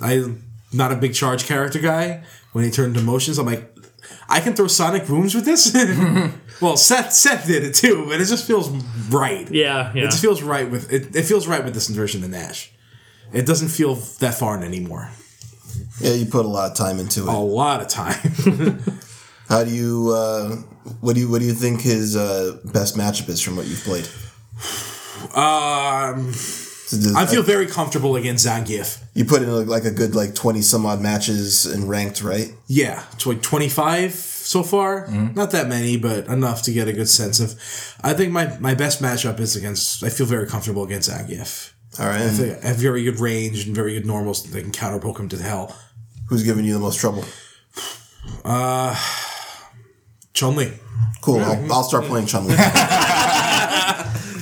[SPEAKER 2] I'm not a big charge character guy. When he turned to motions, I'm like, I can throw sonic booms with this. well, Seth Seth did it too, but it just feels right.
[SPEAKER 3] Yeah, yeah.
[SPEAKER 2] It just feels right with it. It feels right with this version of Nash. It doesn't feel that foreign anymore.
[SPEAKER 1] Yeah, you put a lot of time into it.
[SPEAKER 2] A lot of time.
[SPEAKER 1] How do you? Uh, what do you? What do you think his uh, best matchup is from what you've played?
[SPEAKER 2] um,
[SPEAKER 1] So does-
[SPEAKER 2] I feel very comfortable against Zangief.
[SPEAKER 1] you put in like, like a good like twenty some odd matches and ranked, right?
[SPEAKER 2] Yeah, it's like 25 so far.
[SPEAKER 3] Mm-hmm.
[SPEAKER 2] Not that many, but enough to get a good sense of. I think my, my best matchup is against. I feel very comfortable against Zangief.
[SPEAKER 1] All right.
[SPEAKER 2] They have very good range and very good normals. They can counter poke him to hell.
[SPEAKER 1] Who's giving you the most trouble?
[SPEAKER 2] Chun Li.
[SPEAKER 1] Cool. I'll, I'll start playing Chun Li.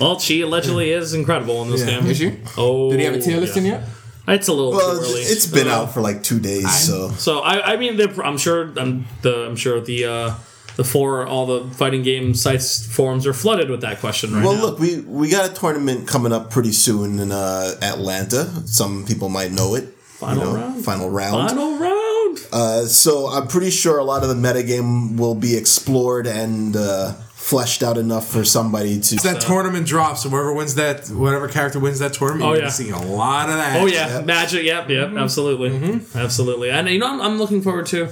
[SPEAKER 3] Well, she allegedly is incredible in this game.
[SPEAKER 4] Is she?
[SPEAKER 3] Oh,
[SPEAKER 4] Did he have a tier
[SPEAKER 3] yeah.
[SPEAKER 4] listing yet?
[SPEAKER 3] It's a little
[SPEAKER 1] well,
[SPEAKER 3] too early.
[SPEAKER 1] it's been
[SPEAKER 3] Uh,
[SPEAKER 1] out for like two days, so
[SPEAKER 3] So I, I mean, they're pr- I'm sure I'm the I'm sure the uh, the for all the fighting game sites forums are flooded with that question right
[SPEAKER 1] Well,
[SPEAKER 3] now.
[SPEAKER 1] look, we we got a tournament coming up pretty soon in uh, Atlanta. Some people might know it.
[SPEAKER 3] Final round?
[SPEAKER 1] Final round.
[SPEAKER 3] Final round.
[SPEAKER 1] Uh, so I'm pretty sure a lot of the metagame will be explored and uh, fleshed out enough for somebody to.
[SPEAKER 2] That tournament drops, so whoever wins that, whatever character wins that tournament,
[SPEAKER 3] Oh,
[SPEAKER 2] you're
[SPEAKER 3] yeah.
[SPEAKER 2] gonna see a lot of that.
[SPEAKER 3] Oh yeah, magic. Yep, yep, absolutely, absolutely. And you know, I'm, I'm looking forward to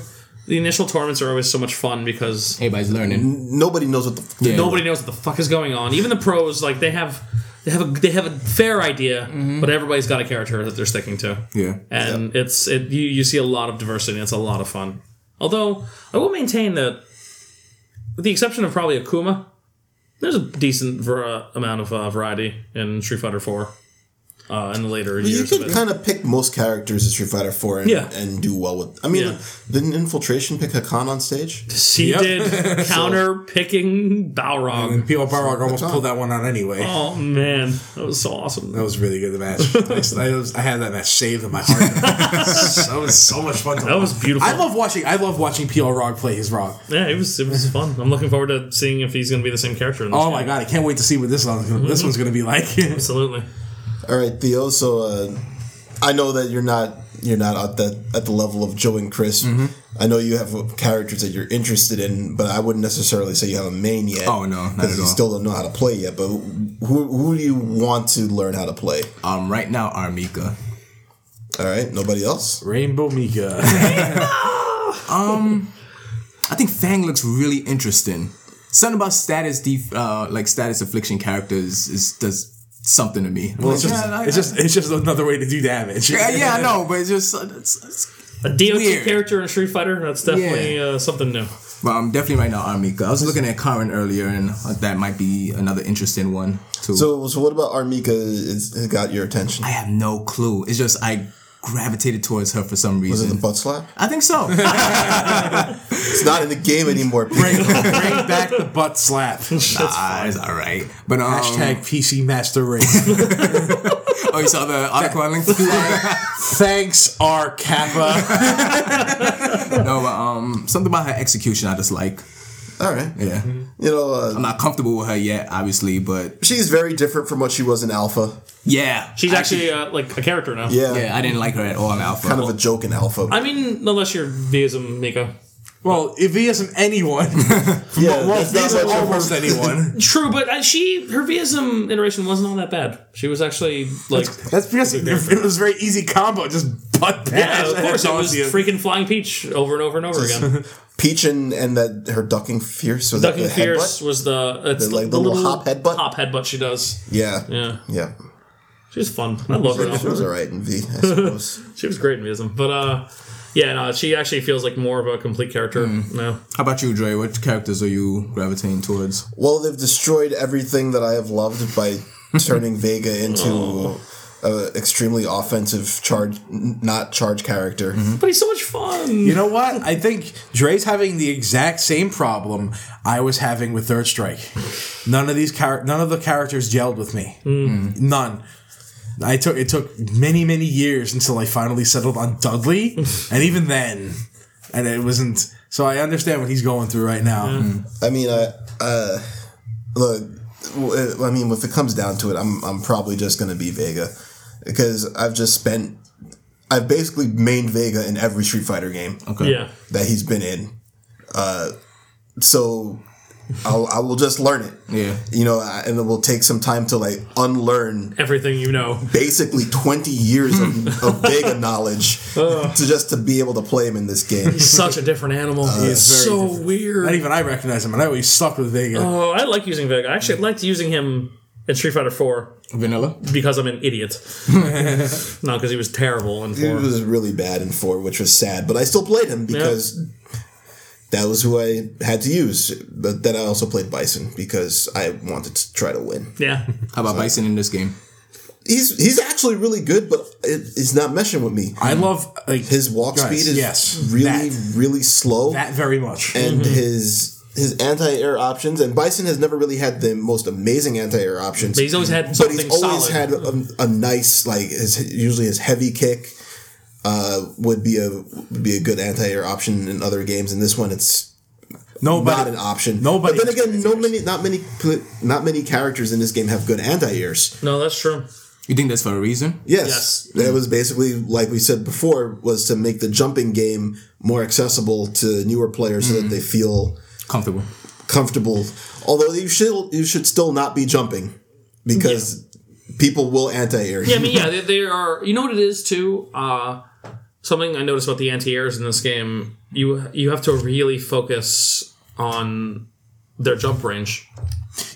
[SPEAKER 3] the initial tournaments are always so much fun because
[SPEAKER 4] Everybody's learning.
[SPEAKER 1] Nobody knows what the. F-
[SPEAKER 4] Yeah.
[SPEAKER 3] nobody knows what the fuck is going on. Even the pros, like they have they have a they have a fair idea, but everybody's got a character that they're sticking to.
[SPEAKER 4] Yeah.
[SPEAKER 3] and it's it you, you see a lot of diversity. and It's a lot of fun. Although I will maintain that, with the exception of probably Akuma, there's a decent ver- uh, amount of uh, variety in Street Fighter Four. Uh, in the later
[SPEAKER 1] You
[SPEAKER 3] years, of
[SPEAKER 1] can
[SPEAKER 3] it.
[SPEAKER 1] kind of pick most characters in Street Fighter 4 and,
[SPEAKER 3] Yeah.
[SPEAKER 1] and do well with. I mean,
[SPEAKER 3] Yeah.
[SPEAKER 1] didn't Infiltration pick Hakan on stage?
[SPEAKER 3] She
[SPEAKER 2] Yep.
[SPEAKER 3] did counter picking Balrog.
[SPEAKER 2] And P.O. Barrock almost pulled that one out anyway.
[SPEAKER 3] Oh man, that was so awesome.
[SPEAKER 2] That was really good. The match. I, was, I had that match saved in my heart. that was so much fun. To
[SPEAKER 3] That was beautiful.
[SPEAKER 2] I love watching. I love watching PL Rog play his Rog.
[SPEAKER 3] Yeah, it was it was fun. I'm looking forward to seeing if he's going to be the same character. In this
[SPEAKER 2] Oh
[SPEAKER 3] game.
[SPEAKER 2] my god! I can't wait to see what this one's gonna, this one's gonna be like.
[SPEAKER 3] Absolutely.
[SPEAKER 1] All right, Theo. So uh, I know that you're not you're not at the at the level of Joe and Chris.
[SPEAKER 4] Mm-hmm.
[SPEAKER 1] I know you have characters that you're interested in, but I wouldn't necessarily say you have a main yet.
[SPEAKER 4] Oh, no, not
[SPEAKER 1] 'cause
[SPEAKER 4] at
[SPEAKER 1] you
[SPEAKER 4] all.
[SPEAKER 1] still don't know how to play yet. But who who do you want to learn how to play?
[SPEAKER 4] Um, right now, Armika.
[SPEAKER 1] All right, nobody else.
[SPEAKER 2] Rainbow Mika.
[SPEAKER 4] I think Fang looks really interesting. Something about status, def- uh, like status affliction characters, is does something to me. Well,
[SPEAKER 2] It's just, it's just it's just another way to do damage.
[SPEAKER 4] yeah, yeah, I know, but it's just it's, it's,
[SPEAKER 3] A DOT
[SPEAKER 4] Weird.
[SPEAKER 3] character in Street Fighter. That's definitely uh, something new.
[SPEAKER 4] But I'm definitely right now Armika. I was looking at Karen earlier, and that might be another interesting one too.
[SPEAKER 1] So so what about Armika? Is, has got your attention?
[SPEAKER 4] I have no clue. It's just I gravitated towards her for some
[SPEAKER 1] Is it the
[SPEAKER 4] reason.
[SPEAKER 1] butt slap?
[SPEAKER 4] I think so.
[SPEAKER 1] It's not in the game anymore. people.
[SPEAKER 2] Bring, bring back the butt slap. um,
[SPEAKER 4] Ah, it's all right. But um,
[SPEAKER 2] Hashtag PC Master Race.
[SPEAKER 4] Oh, you saw the article I linked. no,
[SPEAKER 2] Thanks, R Kappa.
[SPEAKER 4] but, um, something about her execution I just like.
[SPEAKER 1] All right.
[SPEAKER 4] Yeah,
[SPEAKER 1] You know,
[SPEAKER 4] I'm
[SPEAKER 1] uh,
[SPEAKER 4] not comfortable with her yet, obviously, but
[SPEAKER 1] she's very different from what she was in Alpha.
[SPEAKER 4] yeah,
[SPEAKER 3] She's actually uh, like a character now.
[SPEAKER 1] Yeah.
[SPEAKER 4] Yeah, I didn't like her at all in Alpha.
[SPEAKER 1] Kind of a joke in Alpha.
[SPEAKER 3] I mean, unless you're Vism Mika.
[SPEAKER 2] Well, if he isn't anyone,
[SPEAKER 1] yeah,
[SPEAKER 2] well,
[SPEAKER 1] that's
[SPEAKER 2] if
[SPEAKER 1] not
[SPEAKER 2] he isn't
[SPEAKER 1] much of a-
[SPEAKER 2] almost anyone.
[SPEAKER 3] True, but uh, she her Vism iteration wasn't all that bad. She was actually like.
[SPEAKER 2] That's because it, it was a very easy combo. Just butt bash.
[SPEAKER 3] Yeah, of course. It was
[SPEAKER 2] Nausea.
[SPEAKER 3] freaking Flying Peach over and over and over again.
[SPEAKER 1] Peach and, and that her ducking fierce was
[SPEAKER 3] Ducking
[SPEAKER 1] that the
[SPEAKER 3] Fierce
[SPEAKER 1] headbutt?
[SPEAKER 3] was the it's
[SPEAKER 1] The, like, the little hop headbutt?
[SPEAKER 3] Hop headbutt she does.
[SPEAKER 1] Yeah,
[SPEAKER 3] Yeah,
[SPEAKER 1] yeah.
[SPEAKER 3] she's fun. I love her.
[SPEAKER 1] It was
[SPEAKER 3] Alpha.
[SPEAKER 1] all right in V, I suppose.
[SPEAKER 3] She was great in Vism, but uh, yeah, no, she actually feels like more of a complete character now.
[SPEAKER 4] How about you, Dre? What characters are you gravitating towards?
[SPEAKER 1] well, they've destroyed everything that I have loved by turning Vega into. a extremely offensive charge, n- not charge character.
[SPEAKER 3] But he's so much fun.
[SPEAKER 2] You know what? I think Dre's having the exact same problem I was having with Third Strike. None of these char- none of the characters gelled with me. None. I took it took many many years until I finally settled on Dudley, and even then, and it wasn't. So I understand what he's going through right now.
[SPEAKER 1] I mean, I, uh, look, w- I mean, if it comes down to it, I'm I'm probably just gonna be Vega because I've just spent, I've basically mained Vega in every Street Fighter game
[SPEAKER 4] Okay.
[SPEAKER 3] Yeah.
[SPEAKER 1] that he's been in. Uh, so I'll, I will just learn it.
[SPEAKER 4] Yeah.
[SPEAKER 1] You know, I- and it will take some time to like unlearn
[SPEAKER 3] Everything you know.
[SPEAKER 1] basically 20 years of, of Vega knowledge to just to be able to play him in this game.
[SPEAKER 3] Such a different animal.
[SPEAKER 2] is very
[SPEAKER 3] so
[SPEAKER 2] different.
[SPEAKER 3] weird.
[SPEAKER 2] Not even I recognize him, and I always stuck with Vega.
[SPEAKER 3] Oh, I like using Vega. I actually liked using him in Street Fighter Four
[SPEAKER 4] Vanilla.
[SPEAKER 3] because I'm an idiot. Not because he was terrible in
[SPEAKER 1] He
[SPEAKER 3] four.
[SPEAKER 1] was really bad in 4, which was sad, but I still played him because that was who I had to use. But then I also played Bison because I wanted to try to win.
[SPEAKER 3] Yeah,
[SPEAKER 4] How about Bison in this game?
[SPEAKER 1] He's he's actually really good, but it, it's not meshing with me.
[SPEAKER 2] I love like
[SPEAKER 1] His walk
[SPEAKER 2] Guys,
[SPEAKER 1] speed is
[SPEAKER 2] yes.
[SPEAKER 1] really,
[SPEAKER 2] That.
[SPEAKER 1] really slow.
[SPEAKER 2] that Mm-hmm. very much.
[SPEAKER 1] and his his anti-air options and Bison has never really had the most amazing anti-air options.
[SPEAKER 3] but he's always had
[SPEAKER 1] but
[SPEAKER 3] something
[SPEAKER 1] he's always
[SPEAKER 3] solid.
[SPEAKER 1] had a, a nice like his usually his heavy kick uh, would be a would be a good anti-air option in other games. In this one, it's not
[SPEAKER 2] Nobody,
[SPEAKER 1] an option.
[SPEAKER 2] Nobody
[SPEAKER 1] But then
[SPEAKER 2] has
[SPEAKER 1] again,
[SPEAKER 2] good
[SPEAKER 1] no many not many pl- not many characters in this game have good anti-airs.
[SPEAKER 3] no, that's true.
[SPEAKER 4] You think that's for a reason?
[SPEAKER 1] Yes, that was basically like we said before was to make the jumping game more accessible to newer players so that they feel
[SPEAKER 4] Comfortable.
[SPEAKER 1] comfortable. Although you should you should still not be jumping because people will anti-air.
[SPEAKER 3] Yeah, I mean, yeah, they, they are. You know what it is too. Uh, something I noticed about the anti-airs in this game, you you have to really focus on their jump range,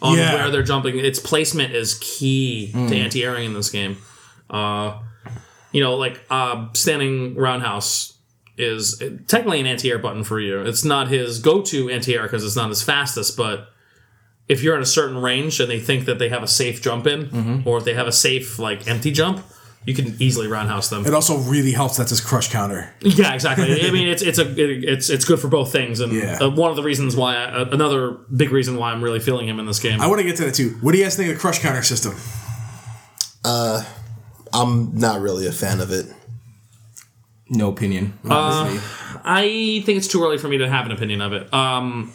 [SPEAKER 3] on
[SPEAKER 2] Yeah.
[SPEAKER 3] where they're jumping. Its placement is key to anti-airing in this game. Uh, you know, like uh, standing roundhouse is technically an anti-air button for you. It's not his go-to anti-air because it's not his fastest, but if you're in a certain range and they think that they have a safe jump in,
[SPEAKER 2] Mm-hmm.
[SPEAKER 3] or if they have a safe like empty jump, you can easily roundhouse them.
[SPEAKER 2] It also really helps. That's his crush counter.
[SPEAKER 3] Yeah, exactly. I mean, it's it's a it, it's it's good for both things, and
[SPEAKER 2] Yeah.
[SPEAKER 3] uh, one of the reasons why I, uh, another big reason why I'm really feeling him in this game.
[SPEAKER 2] I want to get to that too. What do you guys think of the crush counter system?
[SPEAKER 1] I'm not really a fan of it.
[SPEAKER 4] No opinion. Honestly.
[SPEAKER 3] I think it's too early for me to have an opinion of it. Um,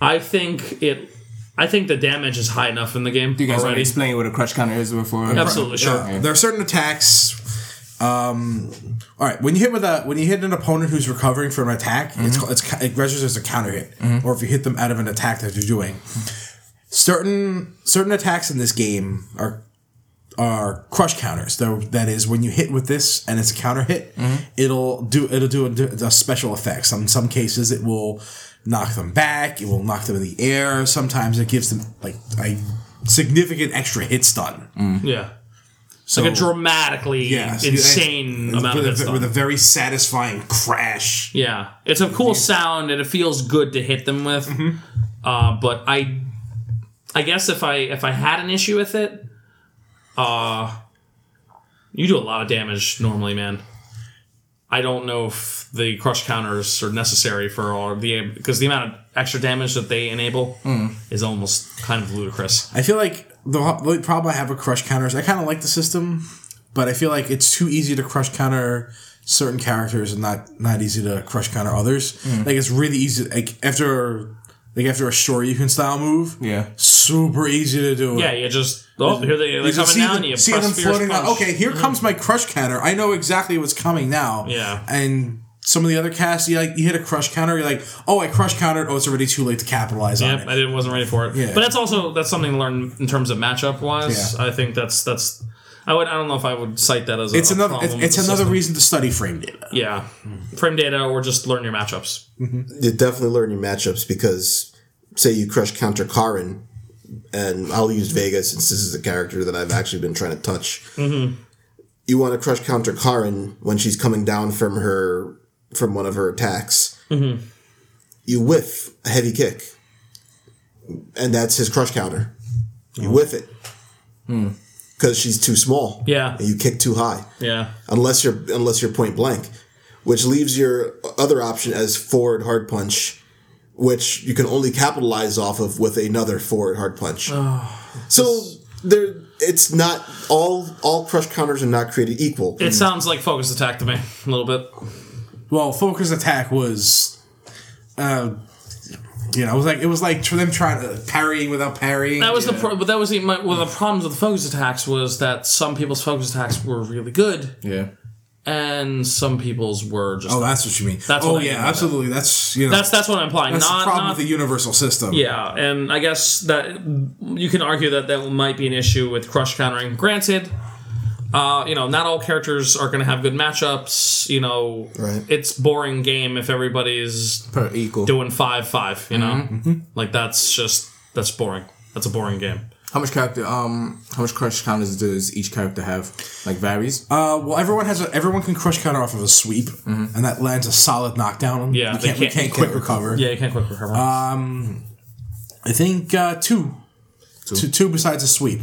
[SPEAKER 3] I think it. I think the damage is high enough in the game
[SPEAKER 4] you guys already
[SPEAKER 3] already.
[SPEAKER 4] explained what a crush counter is before.
[SPEAKER 3] Absolutely sure.
[SPEAKER 2] Yeah. There are certain attacks. Um, all right, when you hit with a when you hit an opponent who's recovering from an attack, it's called, it's, ca- it registers as a counter hit, or if you hit them out of an attack that you're doing. Certain certain attacks in this game are are crush counters. Though that is when you hit with this and it's a counter hit, it'll do it'll do a, a special effect. Some some cases it will knock them back. It will knock them in the air. Sometimes it gives them like a significant extra hit stun.
[SPEAKER 3] Yeah,
[SPEAKER 2] So
[SPEAKER 3] like a dramatically
[SPEAKER 2] Yes,
[SPEAKER 3] insane
[SPEAKER 2] and-
[SPEAKER 3] amount of
[SPEAKER 2] with,
[SPEAKER 3] hit
[SPEAKER 2] a,
[SPEAKER 3] stun.
[SPEAKER 2] with a very satisfying crash.
[SPEAKER 3] Yeah, it's a cool sound and it feels good to hit them with.
[SPEAKER 2] Mm-hmm.
[SPEAKER 3] Uh, but I, I guess if I if I had an issue with it, uh, you do a lot of damage normally, man. I don't know if the crush counters are necessary for all of the because the amount of extra damage that they enable
[SPEAKER 2] Mm.
[SPEAKER 3] is almost kind of ludicrous.
[SPEAKER 2] I feel like the, ho- the problem I have with crush counters. I kind of like the system, but I feel like it's too easy to crush counter certain characters and not not easy to crush counter others.
[SPEAKER 3] Mm.
[SPEAKER 2] Like it's really easy. Like after like after a Shoryuken style move,
[SPEAKER 4] Yeah.
[SPEAKER 2] super easy to do. it.
[SPEAKER 3] Yeah, you just oh here they they're
[SPEAKER 2] You just
[SPEAKER 3] coming
[SPEAKER 2] see
[SPEAKER 3] down.
[SPEAKER 2] them-
[SPEAKER 3] you
[SPEAKER 2] see
[SPEAKER 3] press
[SPEAKER 2] them
[SPEAKER 3] fierce
[SPEAKER 2] floating out.
[SPEAKER 3] punch. Mm.
[SPEAKER 2] Okay, here comes my crush counter. I know exactly what's coming now.
[SPEAKER 3] Yeah.
[SPEAKER 2] And some of the other casts, you like you hit a crush counter. You're like, oh, I crush countered. Oh, it's already too late to capitalize on
[SPEAKER 3] Yep,
[SPEAKER 2] it.
[SPEAKER 3] I didn't, wasn't ready for it.
[SPEAKER 2] Yeah.
[SPEAKER 3] But that's also that's something to learn in terms of matchup wise.
[SPEAKER 2] Yeah.
[SPEAKER 3] I think that's that's I would I don't know if I would cite that as a,
[SPEAKER 2] It's
[SPEAKER 3] a
[SPEAKER 2] another.
[SPEAKER 3] problem
[SPEAKER 2] It's,
[SPEAKER 3] with
[SPEAKER 2] it's
[SPEAKER 3] the
[SPEAKER 2] another
[SPEAKER 3] system.
[SPEAKER 2] reason to study frame data.
[SPEAKER 3] yeah frame data or just learn your matchups.
[SPEAKER 1] You definitely learn your matchups because say you crush counter Karin, and I'll use Vega since this is a character that I've actually been trying to touch. You want to crush counter Karin when she's coming down from her from one of her attacks. You whiff a heavy kick, and that's his crush counter. You whiff it because she's too small.
[SPEAKER 3] Yeah.
[SPEAKER 1] and you kick too high
[SPEAKER 3] Yeah,
[SPEAKER 1] unless you're unless you're point blank, which leaves your other option as forward hard punch, which you can only capitalize off of with another forward hard punch. so there, it's not all all crush counters are not created equal.
[SPEAKER 3] it sounds like focus attack to me a little bit.
[SPEAKER 2] Well, focus attack was, uh, you know, it was like it was like for them trying to parrying without parrying.
[SPEAKER 3] That was the pro- but that was the, my, one of the problems with the focus attacks was that some people's focus attacks were really good
[SPEAKER 4] Yeah.
[SPEAKER 3] and some people's were just.
[SPEAKER 2] Oh, that's what you mean.
[SPEAKER 3] That's
[SPEAKER 2] oh
[SPEAKER 3] what I mean
[SPEAKER 2] yeah,
[SPEAKER 3] by that.
[SPEAKER 2] absolutely. That's you know
[SPEAKER 3] that's that's what I'm implying.
[SPEAKER 2] that's
[SPEAKER 3] not
[SPEAKER 2] the problem
[SPEAKER 3] not
[SPEAKER 2] with the universal system.
[SPEAKER 3] Yeah, and I guess that you can argue that that might be an issue with crush countering. Granted, uh, you know, not all characters are going to have good matchups. You know,
[SPEAKER 1] Right.
[SPEAKER 3] it's boring game if everybody's
[SPEAKER 4] per equal.
[SPEAKER 3] doing five five. You know,
[SPEAKER 2] Mm-hmm.
[SPEAKER 3] like that's just that's boring. That's a boring game.
[SPEAKER 4] How much character? Um, how much crush counters does each character have? Like varies.
[SPEAKER 2] Uh, well, everyone has a, everyone can crush counter off of a sweep, and that lands a solid knockdown.
[SPEAKER 3] Mm-hmm. Yeah,
[SPEAKER 2] you
[SPEAKER 3] they
[SPEAKER 2] can't, we
[SPEAKER 3] can't-
[SPEAKER 2] can't quick recover.
[SPEAKER 3] Yeah, you can't quick recover.
[SPEAKER 2] Uh, I think uh, two. Two, two besides a sweep.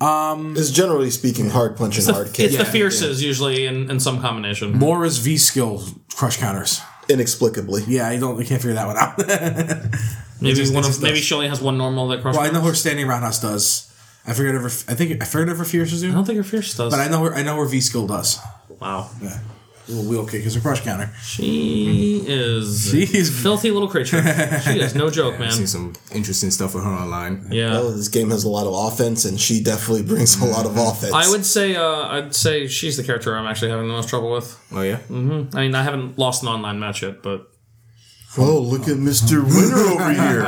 [SPEAKER 1] It's generally speaking hard punch and hard kick.
[SPEAKER 3] Mm. it's the fierces usually in, in some combination.
[SPEAKER 2] Laura's V skill crush counters.
[SPEAKER 1] Inexplicably.
[SPEAKER 2] Yeah, I don't. I can't figure that one out.
[SPEAKER 3] Maybe
[SPEAKER 2] just- it
[SPEAKER 3] one
[SPEAKER 2] just
[SPEAKER 3] of maybe
[SPEAKER 2] does.
[SPEAKER 3] she only has one normal that crush.
[SPEAKER 2] well, I know
[SPEAKER 3] counters.
[SPEAKER 2] her standing roundhouse does. I forget her. I think I forget her fierce
[SPEAKER 3] I
[SPEAKER 2] do.
[SPEAKER 3] don't think her fierce does.
[SPEAKER 2] But I know her. I know her V skill does.
[SPEAKER 3] wow,
[SPEAKER 2] Yeah. Little wheel kick is a crush counter.
[SPEAKER 3] she is
[SPEAKER 2] She is-
[SPEAKER 3] filthy little creature. She is no joke, man.
[SPEAKER 4] Seen some interesting stuff with her online.
[SPEAKER 3] Yeah.
[SPEAKER 1] Well, this game has a lot of offense, and she definitely brings a lot of offense.
[SPEAKER 3] I would say uh, I'd say she's the character I'm actually having the most trouble with.
[SPEAKER 4] Oh yeah.
[SPEAKER 3] I mean, I haven't lost an online match yet, but
[SPEAKER 1] Oh, look at Mr. Winner over here.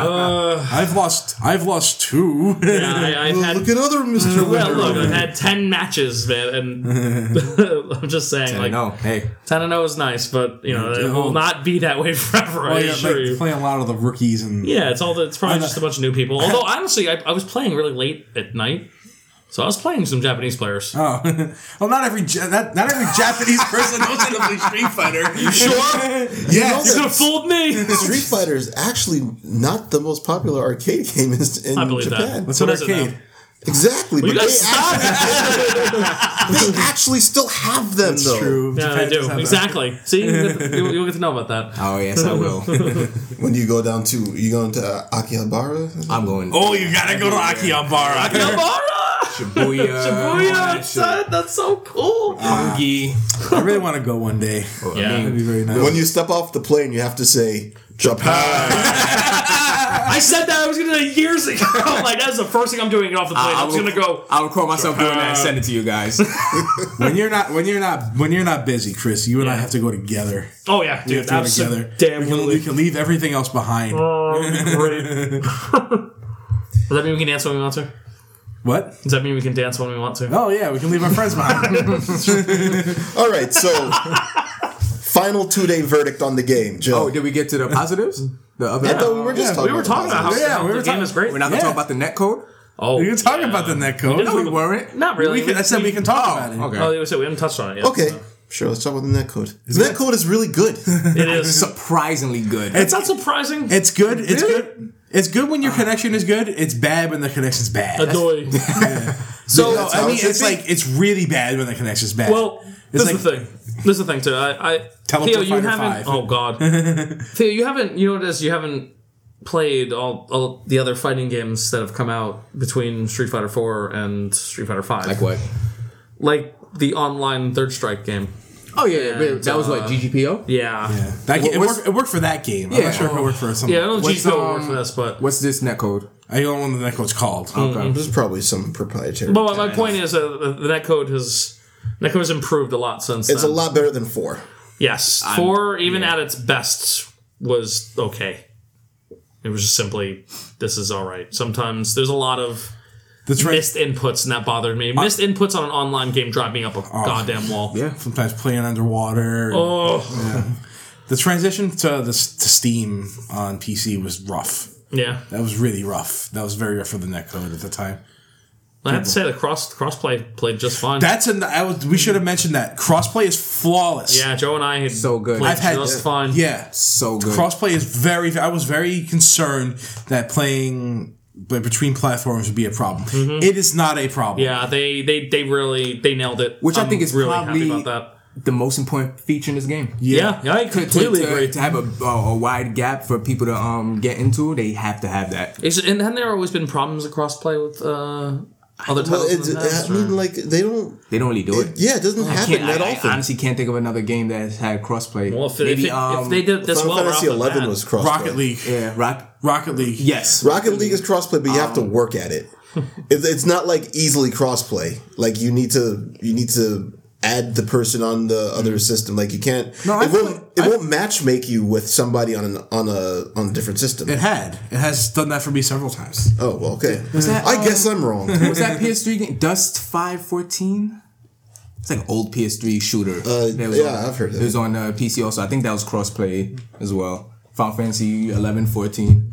[SPEAKER 2] I've lost. I've lost two.
[SPEAKER 3] yeah, uh, I, I've had
[SPEAKER 1] look at other Mr.
[SPEAKER 3] well,
[SPEAKER 1] Winner.
[SPEAKER 3] look,
[SPEAKER 1] over
[SPEAKER 3] I've
[SPEAKER 1] here.
[SPEAKER 3] had ten matches, man, and I'm just saying,
[SPEAKER 4] I
[SPEAKER 3] like
[SPEAKER 4] know. Hey,
[SPEAKER 2] oh.
[SPEAKER 3] ten and zero is nice, but you know it will
[SPEAKER 2] don't.
[SPEAKER 3] not be that way forever. I
[SPEAKER 2] Oh, yeah,
[SPEAKER 3] assure
[SPEAKER 2] like,
[SPEAKER 3] you.
[SPEAKER 2] playing a lot of the rookies and
[SPEAKER 3] Yeah, it's all the, it's probably
[SPEAKER 2] know.
[SPEAKER 3] just a bunch of new people. Although honestly, I, I was playing really late at night, so I was playing some Japanese players.
[SPEAKER 2] oh, well, not every Ja- not, not every Japanese person knows how to play Street Fighter. You
[SPEAKER 3] sure, you could
[SPEAKER 2] Yes,
[SPEAKER 3] have fooled me.
[SPEAKER 1] Street Fighter is actually not the most popular arcade game in, in
[SPEAKER 3] I believe that.
[SPEAKER 1] Japan.
[SPEAKER 2] It's an
[SPEAKER 3] What is it
[SPEAKER 2] arcade.
[SPEAKER 3] now?
[SPEAKER 1] Exactly,
[SPEAKER 3] You
[SPEAKER 1] but
[SPEAKER 3] guys
[SPEAKER 1] they,
[SPEAKER 3] stop.
[SPEAKER 1] actually, they actually still have them
[SPEAKER 2] It's
[SPEAKER 1] though.
[SPEAKER 2] true.
[SPEAKER 3] Yeah,
[SPEAKER 2] Japan
[SPEAKER 3] they
[SPEAKER 2] does
[SPEAKER 3] do.
[SPEAKER 2] have that.
[SPEAKER 3] Exactly. See, you'll get, you'll, you'll get to know about that.
[SPEAKER 4] Oh yes, I will.
[SPEAKER 1] When you go down to you going to uh, Akihabara,
[SPEAKER 4] I'm going.
[SPEAKER 2] Oh, you gotta go to Akihabara. Oh,
[SPEAKER 3] Gamora! Oh,
[SPEAKER 4] Shibuya.
[SPEAKER 3] Shibuya, son, that's so cool.
[SPEAKER 4] Shibuya.
[SPEAKER 2] I really want to go one day.
[SPEAKER 3] yeah.
[SPEAKER 2] That'd be very nice.
[SPEAKER 1] when you step off the plane, you have to say Japan.
[SPEAKER 3] I said that I was gonna years ago. like that's the first thing I'm doing off the plane. I was gonna go.
[SPEAKER 4] I'll record myself doing that and send it to you guys.
[SPEAKER 2] When you're not when you're not when you're not busy, Chris, you and I
[SPEAKER 3] Yeah.
[SPEAKER 2] have to go together.
[SPEAKER 3] Oh yeah,
[SPEAKER 2] We have
[SPEAKER 3] dude,
[SPEAKER 2] to go together.
[SPEAKER 3] absolutely.
[SPEAKER 2] we can, we
[SPEAKER 3] Damn,
[SPEAKER 2] can leave everything else behind.
[SPEAKER 3] Oh, that'd be great. Does that mean we can dance when we want to?
[SPEAKER 2] What?
[SPEAKER 3] Does that mean we can dance when we want to?
[SPEAKER 2] Oh yeah, we can leave our friends behind.
[SPEAKER 1] All right, so final two day verdict on the game,
[SPEAKER 4] oh,
[SPEAKER 1] Joe.
[SPEAKER 4] did we get to the positives? The other.
[SPEAKER 1] I thought we were just
[SPEAKER 2] Yeah,
[SPEAKER 1] talking
[SPEAKER 3] We were talking about how
[SPEAKER 1] this.
[SPEAKER 2] Yeah, we
[SPEAKER 3] the
[SPEAKER 2] were
[SPEAKER 3] game
[SPEAKER 2] talking-
[SPEAKER 3] is great.
[SPEAKER 4] We're not gonna
[SPEAKER 2] Yeah.
[SPEAKER 4] talk about the net code.
[SPEAKER 3] oh,
[SPEAKER 2] You're talking
[SPEAKER 3] yeah.
[SPEAKER 2] about the net code.
[SPEAKER 4] No, we weren't.
[SPEAKER 3] Not really.
[SPEAKER 2] We can, I said we can talk
[SPEAKER 4] Oh,
[SPEAKER 2] about it.
[SPEAKER 4] okay.
[SPEAKER 3] Oh, you said we haven't touched on it yet.
[SPEAKER 1] Okay, sure. Let's talk about the netcode. The netcode is really good.
[SPEAKER 3] It is.
[SPEAKER 4] Surprisingly good.
[SPEAKER 3] It's not surprising.
[SPEAKER 2] It's good. It's
[SPEAKER 4] Really?
[SPEAKER 2] good. It's good when your connection is good. It's bad when the connection's bad.
[SPEAKER 3] Adoy.
[SPEAKER 2] so
[SPEAKER 1] That's
[SPEAKER 2] I
[SPEAKER 1] how
[SPEAKER 2] mean,
[SPEAKER 1] it should
[SPEAKER 2] it's
[SPEAKER 1] be.
[SPEAKER 2] like it's really bad when the connection's bad.
[SPEAKER 3] Well, this
[SPEAKER 2] like-
[SPEAKER 3] is the thing. This is the thing too. I, I
[SPEAKER 2] Teleport
[SPEAKER 3] Theo, you
[SPEAKER 2] Fighter
[SPEAKER 3] haven't.
[SPEAKER 2] five.
[SPEAKER 3] Oh God, Theo, you haven't. You know this. You haven't played all, all the other fighting games that have come out between Street Fighter Four and Street Fighter Five.
[SPEAKER 4] like what?
[SPEAKER 3] Like the online Third Strike game.
[SPEAKER 4] Oh yeah, yeah,
[SPEAKER 3] And,
[SPEAKER 4] that was what
[SPEAKER 3] uh,
[SPEAKER 4] GGPO.
[SPEAKER 3] Yeah.
[SPEAKER 2] Yeah. that ga- it,
[SPEAKER 4] what's-
[SPEAKER 2] worked, it worked for that game. I'm
[SPEAKER 4] Yeah.
[SPEAKER 2] not sure if it worked for something.
[SPEAKER 3] Yeah, I don't know
[SPEAKER 4] What's,
[SPEAKER 3] if GPO would work
[SPEAKER 4] um,
[SPEAKER 3] for this, but
[SPEAKER 4] What's this net code?
[SPEAKER 2] I don't know what the neck was called.
[SPEAKER 3] Mm-hmm.
[SPEAKER 1] There's probably some proprietary.
[SPEAKER 3] but my, my point is uh, the the netcode has netcode has improved a lot since.
[SPEAKER 1] It's a
[SPEAKER 3] then.
[SPEAKER 1] lot better than four.
[SPEAKER 3] Yes, four even at its best was okay. It was just simply this is all right. Sometimes there's a lot of
[SPEAKER 2] The trick
[SPEAKER 3] missed inputs and that bothered me. Missed inputs on an online game drive me up a
[SPEAKER 4] Oh.
[SPEAKER 3] goddamn wall.
[SPEAKER 4] Yeah.
[SPEAKER 2] sometimes playing underwater.
[SPEAKER 3] Oh
[SPEAKER 2] The transition to this to Steam on PC was rough.
[SPEAKER 3] yeah.
[SPEAKER 2] That was really rough. That was very rough for the net code at the time.
[SPEAKER 3] I have to say the cross crossplay played just fine.
[SPEAKER 2] That's an I was we should have mentioned that crossplay is flawless.
[SPEAKER 3] yeah, Joe and I had
[SPEAKER 4] So good.
[SPEAKER 3] played
[SPEAKER 2] I've had-
[SPEAKER 3] just fine.
[SPEAKER 2] yeah.
[SPEAKER 4] So good.
[SPEAKER 2] crossplay is very i was very concerned that playing but between platforms would be a problem
[SPEAKER 4] Mm-hmm.
[SPEAKER 2] It is not a problem
[SPEAKER 3] Yeah, they, they they really they nailed it.
[SPEAKER 4] Which I think is
[SPEAKER 3] really happy
[SPEAKER 4] probably-
[SPEAKER 3] about that.
[SPEAKER 4] the most important feature in this game.
[SPEAKER 3] Yeah, yeah, I completely
[SPEAKER 4] to, to-
[SPEAKER 3] agree.
[SPEAKER 4] To have a, a, a wide gap for people to um get into, they have to have that.
[SPEAKER 3] Is, and then there have always been problems with crossplay with uh, other titles.
[SPEAKER 1] Well,
[SPEAKER 3] in
[SPEAKER 1] it's,
[SPEAKER 4] uh,
[SPEAKER 3] the past,
[SPEAKER 1] I mean,
[SPEAKER 3] or-
[SPEAKER 1] like they don't.
[SPEAKER 4] They don't really do it.
[SPEAKER 1] Yeah, it doesn't happen
[SPEAKER 4] Can't-
[SPEAKER 1] that
[SPEAKER 4] I, I
[SPEAKER 1] often.
[SPEAKER 4] honestly can't think of another game that has had crossplay. um,
[SPEAKER 3] Well, if, if, it- if they did this
[SPEAKER 1] um, Final
[SPEAKER 3] well,
[SPEAKER 1] Fantasy
[SPEAKER 3] we're off
[SPEAKER 1] Eleven
[SPEAKER 3] the bat.
[SPEAKER 1] was cross.
[SPEAKER 2] rocket league
[SPEAKER 4] yeah, Rock.
[SPEAKER 2] rocket league
[SPEAKER 4] Yes.
[SPEAKER 1] Rocket League is crossplay, but you have to work at it. It's, it's not like easily crossplay. Like you need to you need to add the person on the other system. Like you can't.
[SPEAKER 4] No, I
[SPEAKER 1] it
[SPEAKER 4] feel
[SPEAKER 1] won't.
[SPEAKER 4] like-
[SPEAKER 1] it
[SPEAKER 4] I-
[SPEAKER 1] won't match make you with somebody on an on a on a different system.
[SPEAKER 2] It had. It has done that for me several times.
[SPEAKER 1] Oh well, okay.
[SPEAKER 4] that,
[SPEAKER 1] I
[SPEAKER 4] um,
[SPEAKER 1] guess I'm wrong.
[SPEAKER 4] Was that PS3 game? Dust 514? It's like an old PS3 shooter. Uh,
[SPEAKER 1] yeah, I've heard of
[SPEAKER 4] It was on uh, PC also. I think that was crossplay as well. Final Fantasy 11, 14.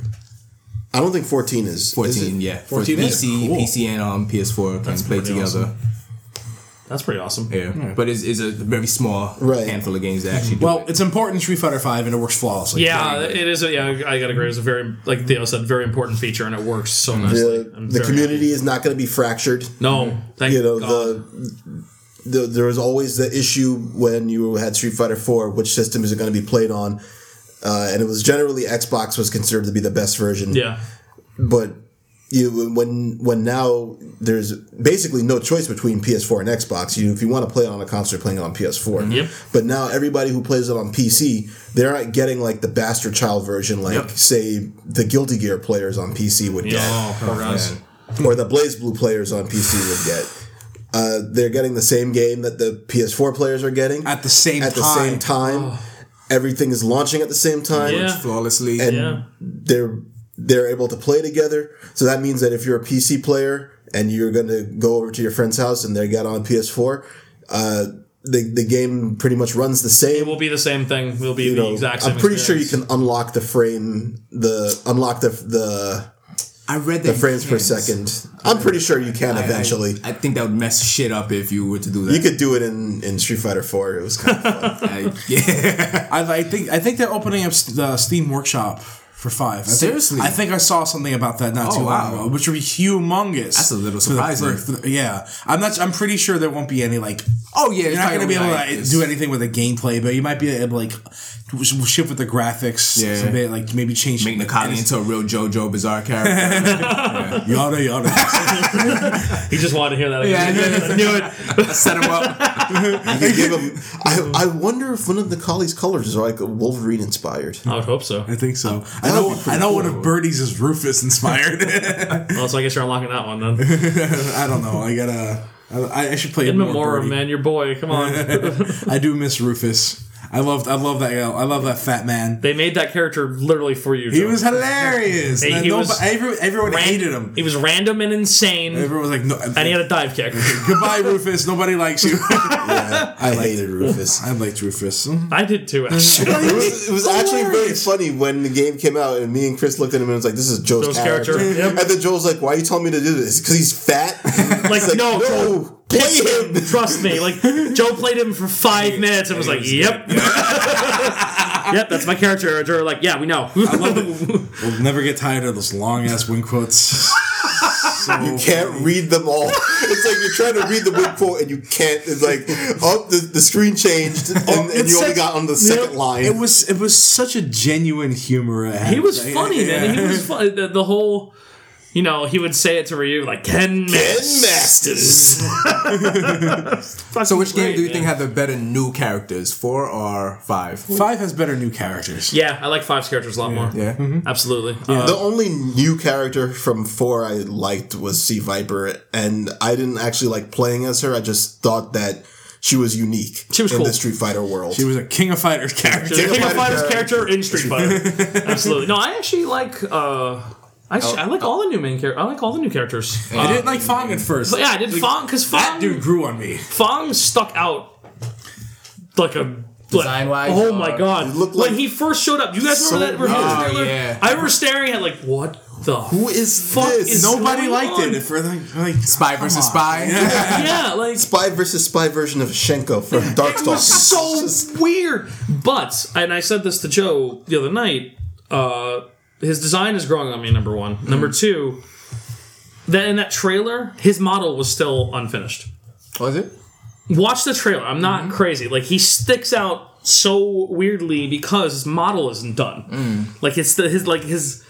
[SPEAKER 1] I don't think 14 is
[SPEAKER 4] 14,
[SPEAKER 1] is it?
[SPEAKER 4] yeah.
[SPEAKER 3] 14?
[SPEAKER 4] For PC,
[SPEAKER 3] Cool.
[SPEAKER 4] PC and um, PS4 can play
[SPEAKER 3] pretty
[SPEAKER 4] together.
[SPEAKER 3] awesome. That's pretty awesome.
[SPEAKER 4] Yeah. But it's, it's a very small
[SPEAKER 1] Right.
[SPEAKER 4] handful of games that actually do
[SPEAKER 2] Well,
[SPEAKER 4] it.
[SPEAKER 2] it's important in Street Fighter Five, and it works flawlessly.
[SPEAKER 3] Yeah, it is. A, yeah, I gotta agree. It's a very, like Theo said, very important feature, and it works so nicely.
[SPEAKER 1] The,
[SPEAKER 3] I'm
[SPEAKER 1] the
[SPEAKER 3] very
[SPEAKER 1] community is not going to be fractured.
[SPEAKER 3] happy. No, thank
[SPEAKER 1] You know
[SPEAKER 3] God.
[SPEAKER 1] the. The, there was always the issue when you had Street Fighter 4, which system is it going to be played on? Uh, and it was generally Xbox was considered to be the best version.
[SPEAKER 3] yeah,
[SPEAKER 1] But you when when now there's basically no choice between PS4 and Xbox. You if you want to play it on a console, you're playing it on PS4.
[SPEAKER 3] Yep.
[SPEAKER 1] But now everybody who plays it on PC, they're not getting like the bastard child version, like
[SPEAKER 4] Yep.
[SPEAKER 1] say the Guilty Gear players on PC would
[SPEAKER 3] yeah.
[SPEAKER 1] get
[SPEAKER 3] Oh, poor guys.
[SPEAKER 1] or the Blaze Blue players on PC would get. Uh, they're getting the same game that the PS4 players are getting
[SPEAKER 2] At the same
[SPEAKER 1] at the
[SPEAKER 2] time.
[SPEAKER 1] same time. Everything is launching at the same time,
[SPEAKER 3] Oh. Yeah.
[SPEAKER 4] flawlessly.
[SPEAKER 1] and
[SPEAKER 3] Yeah.
[SPEAKER 1] they're they're able to play together. So that means that if you're a PC player and you're going to go over to your friend's house and they got on PS4, uh, the the game pretty much runs the
[SPEAKER 3] It
[SPEAKER 1] same.
[SPEAKER 3] will be the same thing. We'll be
[SPEAKER 1] You
[SPEAKER 3] the
[SPEAKER 1] know,
[SPEAKER 3] exact same.
[SPEAKER 1] I'm pretty sure you
[SPEAKER 3] experience.
[SPEAKER 1] can unlock the frame, the unlock the the
[SPEAKER 4] I read that.
[SPEAKER 1] frames per
[SPEAKER 4] you can't.
[SPEAKER 1] second. I'm pretty sure you can
[SPEAKER 4] I-
[SPEAKER 1] eventually.
[SPEAKER 4] I, think that would mess shit up if you were to do that.
[SPEAKER 1] you could do it in, in Street Fighter Four. It was kind of fun.
[SPEAKER 4] I, yeah.
[SPEAKER 2] I, I think I think they're opening up s- the Steam Workshop for five. I think-
[SPEAKER 4] Seriously?
[SPEAKER 2] I think I saw something about that not
[SPEAKER 4] Oh,
[SPEAKER 2] too long
[SPEAKER 4] wow.
[SPEAKER 2] ago, which would be humongous.
[SPEAKER 4] That's a little
[SPEAKER 2] for the-
[SPEAKER 4] surprising.
[SPEAKER 2] for- for- yeah, I'm not. I'm pretty sure there won't be any like.
[SPEAKER 4] Oh yeah,
[SPEAKER 2] You're not going to be able to like, do anything with the gameplay, but you might be able to, like sh- shift with the graphics.
[SPEAKER 4] Yeah.
[SPEAKER 2] a bit, like maybe change
[SPEAKER 4] Make Nakali into a real JoJo bizarre character.
[SPEAKER 2] yada yada.
[SPEAKER 3] He just wanted to hear that. Again.
[SPEAKER 4] I knew it. Set him up.
[SPEAKER 1] You could give 'em- I, I wonder if one of the Collie's colors is like Wolverine inspired.
[SPEAKER 3] I would hope so.
[SPEAKER 2] I think so. I know.
[SPEAKER 1] would be
[SPEAKER 2] I know one of
[SPEAKER 1] cool.
[SPEAKER 2] Birdie's is Rufus inspired.
[SPEAKER 3] Well, so I guess you're unlocking that one then.
[SPEAKER 2] I don't know. I gotta. I, I should play
[SPEAKER 3] In
[SPEAKER 2] more
[SPEAKER 3] memoriam,
[SPEAKER 2] Birdie.
[SPEAKER 3] man, your boy. Come on.
[SPEAKER 2] I do miss Rufus. I loved. I love that. guy. I love that fat man.
[SPEAKER 3] they made that character literally for you.
[SPEAKER 2] He was hilarious.
[SPEAKER 3] He-
[SPEAKER 2] And
[SPEAKER 3] he
[SPEAKER 2] nobody-
[SPEAKER 3] was-
[SPEAKER 2] every- everyone hated him.
[SPEAKER 3] He was random and insane, and
[SPEAKER 2] Everyone was like, "No."
[SPEAKER 3] he had a dive kick.
[SPEAKER 2] Goodbye, Rufus. Nobody likes you.
[SPEAKER 1] I hated Rufus.
[SPEAKER 2] I liked Rufus.
[SPEAKER 3] I did too. Actually,
[SPEAKER 1] It was, it was actually very
[SPEAKER 2] Hilarious.
[SPEAKER 1] funny when the game came out, and me and Chris looked at him and was like, "This is Joe's,
[SPEAKER 3] Joe's character,
[SPEAKER 1] character."
[SPEAKER 3] yep.
[SPEAKER 1] And then Joe was like, "Why are you telling me to do this? Because he's fat."
[SPEAKER 3] like
[SPEAKER 1] It's like,
[SPEAKER 3] no, Joe,
[SPEAKER 1] no, play him.
[SPEAKER 3] trust me. Like Joe played him for five minutes and was like, "Yep, yep, that's my character." And Joe were like, "Yeah, we know."
[SPEAKER 2] We'll never get tired of those long ass win quotes. So-
[SPEAKER 1] Can't read them all. It's like you're trying to read the word quote and you can't. It's like, oh, the, the screen changed, and, and
[SPEAKER 2] It's
[SPEAKER 1] you only
[SPEAKER 2] such-
[SPEAKER 1] got on the second
[SPEAKER 2] Yeah,
[SPEAKER 1] line.
[SPEAKER 2] It was it was such a genuine humor. it had.
[SPEAKER 3] He was funny,
[SPEAKER 2] Yeah.
[SPEAKER 3] man. He was funny. The, the whole, you know, he would say it to Ryu like Ken
[SPEAKER 1] Ben
[SPEAKER 3] Masters.
[SPEAKER 1] Masters.
[SPEAKER 4] So, which game do you
[SPEAKER 3] Great,
[SPEAKER 4] think had
[SPEAKER 3] man.
[SPEAKER 4] the better new characters, four or five?
[SPEAKER 2] Five has better new characters.
[SPEAKER 3] Yeah, I like Five's characters a lot more.
[SPEAKER 4] Yeah.
[SPEAKER 3] Absolutely. Uh,
[SPEAKER 1] The only new character from four I liked was Sea Viper, and I didn't actually like playing as her. I just thought that she was unique.
[SPEAKER 3] She was
[SPEAKER 1] in
[SPEAKER 3] cool.
[SPEAKER 1] the Street Fighter world.
[SPEAKER 2] She was a King of Fighters character.
[SPEAKER 1] King
[SPEAKER 3] King
[SPEAKER 1] of
[SPEAKER 3] of Fighters
[SPEAKER 1] Fighters
[SPEAKER 3] character in Street Fighter. Absolutely. No, I actually like. uh
[SPEAKER 4] Oh.
[SPEAKER 3] I, actually, I like all the new main characters. I like all the new characters.
[SPEAKER 2] I
[SPEAKER 3] Uh,
[SPEAKER 2] didn't like Fong at first.
[SPEAKER 3] but yeah, I did Fong because
[SPEAKER 2] That
[SPEAKER 3] Fong,
[SPEAKER 2] dude grew on me.
[SPEAKER 3] Fong stuck out like a.
[SPEAKER 4] Design-wise,
[SPEAKER 3] oh
[SPEAKER 4] uh,
[SPEAKER 3] my god!
[SPEAKER 1] it looked
[SPEAKER 3] when
[SPEAKER 1] like-
[SPEAKER 3] he first showed up, you guys
[SPEAKER 1] So
[SPEAKER 3] remember that review
[SPEAKER 1] weird.
[SPEAKER 3] trailer?
[SPEAKER 4] Oh, yeah.
[SPEAKER 3] I remember staring at like, what the
[SPEAKER 1] Who is
[SPEAKER 3] fuck
[SPEAKER 1] this?
[SPEAKER 3] is-
[SPEAKER 1] no
[SPEAKER 2] Nobody
[SPEAKER 3] going
[SPEAKER 2] liked
[SPEAKER 3] on?
[SPEAKER 2] it. For like, like
[SPEAKER 4] Spy versus spy.
[SPEAKER 3] yeah, like
[SPEAKER 1] spy versus spy version of Shenko from Darkstalkers.
[SPEAKER 3] so weird. But and I said this to Joe the other night. Uh, his design is growing on me. Number one.
[SPEAKER 1] Hmm.
[SPEAKER 3] Number two. That in that trailer, his model was still unfinished.
[SPEAKER 4] Was it?
[SPEAKER 3] Watch the trailer. I'm not crazy. Like he sticks out so weirdly because his model isn't done. Like it's the, his like his.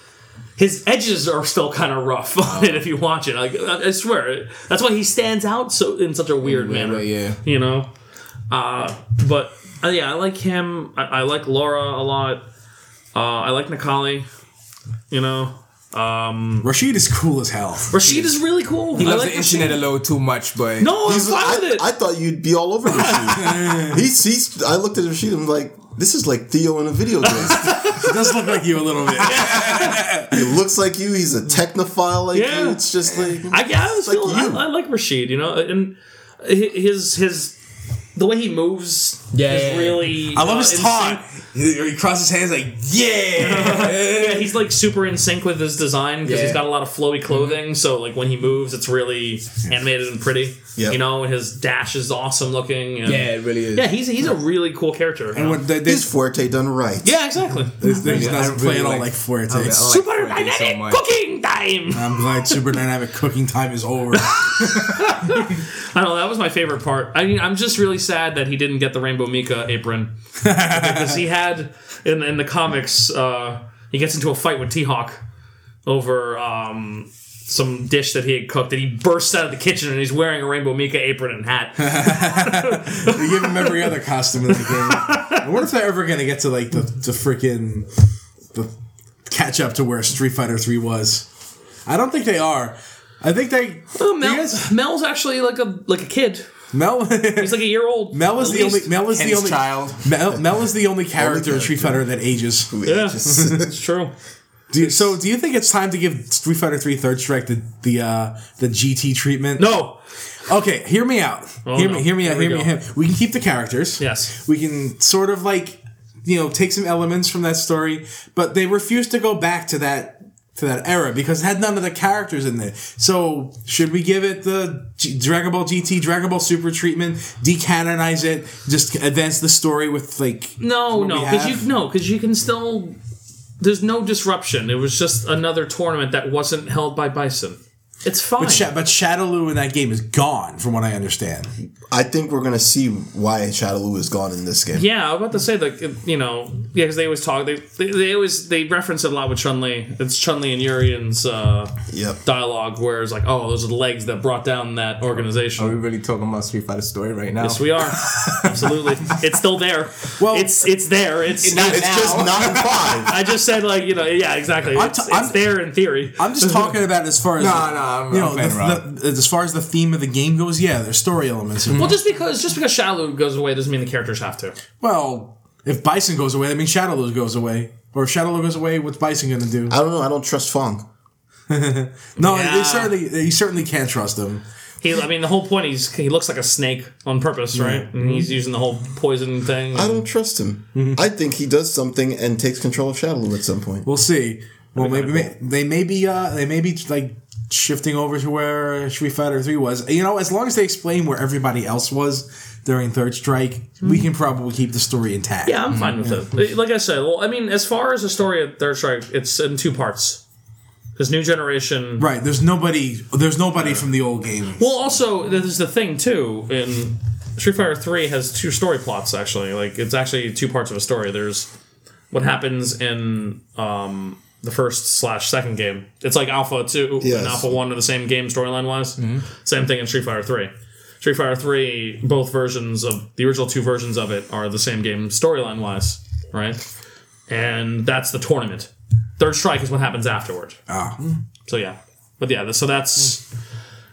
[SPEAKER 3] His edges are still kind of rough on it if you watch it. Like, I I swear, that's why he stands out so in such a weird manner
[SPEAKER 4] But yeah.
[SPEAKER 3] you know. Uh, but uh, yeah, I like him. I, I like Laura a lot. Uh, I like Nikali. You know,
[SPEAKER 2] Rashid is cool as hell.
[SPEAKER 3] Rashid is really cool.
[SPEAKER 4] He loves
[SPEAKER 3] I like
[SPEAKER 4] the internet
[SPEAKER 3] Rashid.
[SPEAKER 4] a little too much, but
[SPEAKER 3] No, I'm fine with
[SPEAKER 1] I,
[SPEAKER 3] it.
[SPEAKER 1] I thought you'd be all over Rashid. he's, he's, I looked at Rashid and I'm like, this is like Theo in a video game.
[SPEAKER 2] He does look like you a little bit.
[SPEAKER 1] he looks like you. He's a technophile like
[SPEAKER 3] Yeah.
[SPEAKER 1] you. It's just like
[SPEAKER 3] I, I was
[SPEAKER 1] like
[SPEAKER 3] feeling,
[SPEAKER 1] you.
[SPEAKER 3] I, I like Rashid, you know, and hi- his his the way he moves
[SPEAKER 4] Yeah,
[SPEAKER 3] is
[SPEAKER 4] yeah, yeah.
[SPEAKER 3] really.
[SPEAKER 2] I love
[SPEAKER 3] uh,
[SPEAKER 2] his
[SPEAKER 3] in
[SPEAKER 2] taunt.
[SPEAKER 3] sync.
[SPEAKER 2] He, he crosses his hands like, yeah.
[SPEAKER 3] Yeah, he's like super in sync with his design because he's
[SPEAKER 4] Yeah.
[SPEAKER 3] got a lot of flowy clothing. So like when he moves, it's really animated and pretty.
[SPEAKER 1] Yep.
[SPEAKER 3] You know, and his dash is awesome looking. And
[SPEAKER 4] yeah, it really is.
[SPEAKER 3] yeah, he's he's a really cool character. you
[SPEAKER 2] and
[SPEAKER 3] know?
[SPEAKER 2] when they, they,
[SPEAKER 1] his forte done right.
[SPEAKER 3] yeah, exactly.
[SPEAKER 2] this thing
[SPEAKER 4] I
[SPEAKER 2] doesn't
[SPEAKER 4] really
[SPEAKER 2] play at all
[SPEAKER 4] like-
[SPEAKER 2] like Fuerte.
[SPEAKER 4] I like-
[SPEAKER 3] Super
[SPEAKER 4] Thank you so
[SPEAKER 3] dynamic
[SPEAKER 4] much.
[SPEAKER 3] cooking time.
[SPEAKER 2] I'm glad super dynamic cooking time is over.
[SPEAKER 3] I don't know. That was my favorite part. I mean, I'm just really sad that he didn't get the Rainbow Mika apron because he had in in the comics. Uh, he gets into a fight with T Hawk over um, some dish that he had cooked, and he bursts out of the kitchen and he's wearing a Rainbow Mika apron and hat. Oh,
[SPEAKER 2] they give him every other costume in the game. I wonder if they're ever gonna get to like the the freaking the catch up to where Street Fighter Three was. I don't think they are. I think they.
[SPEAKER 3] Oh, Mel,
[SPEAKER 2] you guys-
[SPEAKER 3] Mel's actually like a like a kid.
[SPEAKER 2] Mel.
[SPEAKER 3] He's like a year old.
[SPEAKER 2] Mel was
[SPEAKER 3] at
[SPEAKER 2] the
[SPEAKER 3] least.
[SPEAKER 2] only. Mel was the
[SPEAKER 4] Ken's
[SPEAKER 2] only
[SPEAKER 4] child.
[SPEAKER 2] Mel, Mel is the only character in Street
[SPEAKER 1] character.
[SPEAKER 2] Fighter that ages.
[SPEAKER 3] Yeah,
[SPEAKER 1] Just-
[SPEAKER 3] it's true.
[SPEAKER 2] Do you- so, do you think it's time to give Street Fighter Three Third Strike the the uh, the GT treatment?
[SPEAKER 3] No, Oh,
[SPEAKER 2] Okay, hear me out. hear me,
[SPEAKER 3] no.
[SPEAKER 2] hear me out.
[SPEAKER 3] Here we
[SPEAKER 2] Hear me
[SPEAKER 3] go.
[SPEAKER 2] out. We can keep the characters.
[SPEAKER 3] Yes.
[SPEAKER 2] We can sort of like you know take some elements from that story, but they refuse to go back to that to that era because it had none of the characters in there. So should we give it the G- Dragon Ball GT, Dragon Ball Super treatment, decanonize it, just advance the story with like
[SPEAKER 3] No,
[SPEAKER 2] what
[SPEAKER 3] no,
[SPEAKER 2] we
[SPEAKER 3] because
[SPEAKER 2] have.
[SPEAKER 3] you no, because you can still. There's no disruption. It was just another tournament that wasn't held by Bison. It's fine.
[SPEAKER 2] But, Sha- but Shadowloo in that game is gone, from what I understand.
[SPEAKER 1] I think we're gonna see why Shadaloo is gone in this game.
[SPEAKER 3] yeah, I was about to say like it- you know yeah because they always talk they, they they always they reference it a lot with Chun Li. It's Chun Li and Yurian's uh,
[SPEAKER 1] Yep.
[SPEAKER 3] dialogue where it's like oh those are the legs that brought down that organization.
[SPEAKER 2] Oh,
[SPEAKER 4] Are we really talking about Street Fighter story right now?
[SPEAKER 3] Yes, we are absolutely. It's still there.
[SPEAKER 2] Well-
[SPEAKER 3] it's it's there. It's,
[SPEAKER 4] Not
[SPEAKER 1] It's
[SPEAKER 4] now.
[SPEAKER 1] just not in five.
[SPEAKER 3] I just said like you know yeah exactly.
[SPEAKER 2] I'm
[SPEAKER 3] It's,
[SPEAKER 2] t- I'm-
[SPEAKER 3] it's there in theory.
[SPEAKER 2] I'm just talking about as far as
[SPEAKER 4] No, no, I'm-
[SPEAKER 2] you
[SPEAKER 4] I'm
[SPEAKER 2] know,
[SPEAKER 4] playing
[SPEAKER 2] the-
[SPEAKER 4] around.
[SPEAKER 2] the- as far as the theme of the game goes. Yeah, there's story elements.
[SPEAKER 3] well, just because just because Shalu goes away doesn't mean the characters have to.
[SPEAKER 2] Well, if Bison goes away, that means Shadowloo goes away. Or if Shadowloo goes away, what's Bison going to do?
[SPEAKER 1] I don't know. I don't trust Fong.
[SPEAKER 2] No,
[SPEAKER 3] Yeah.
[SPEAKER 2] they certainly they certainly can't trust him.
[SPEAKER 3] He, I mean, the whole point is he looks like a snake on purpose, right? And he's using the whole poison thing.
[SPEAKER 1] I don't trust him.
[SPEAKER 3] Mm-hmm.
[SPEAKER 1] I think he does something and takes control of Shadaloo at some point.
[SPEAKER 2] We'll see. Well,
[SPEAKER 3] That'd
[SPEAKER 2] maybe
[SPEAKER 3] be
[SPEAKER 2] may- they may be uh, they may be like shifting over to where Street Fighter Three was. You know, as long as they explain where everybody else was during Third Strike, we can probably keep the story intact.
[SPEAKER 3] yeah, I'm fine with
[SPEAKER 1] Mm-hmm.
[SPEAKER 3] it. Like I said, well, I mean, as far as the story of Third Strike, it's in two parts. Because New Generation.
[SPEAKER 2] Right. There's nobody. There's nobody from the old game.
[SPEAKER 3] Well, also, this is the thing too. In Street Fighter Three has two story plots actually. Like it's actually two parts of a story. There's what happens in um, the first slash second game. It's like Alpha Two
[SPEAKER 1] Yes.
[SPEAKER 3] and Alpha One are the same game storyline wise. Same thing in Street Fighter Three. Street Fighter Three, both versions of the original two versions of it are the same game storyline wise, right? And that's the tournament. Third Strike is what happens afterward.
[SPEAKER 2] Ah.
[SPEAKER 3] So yeah, but yeah, so that's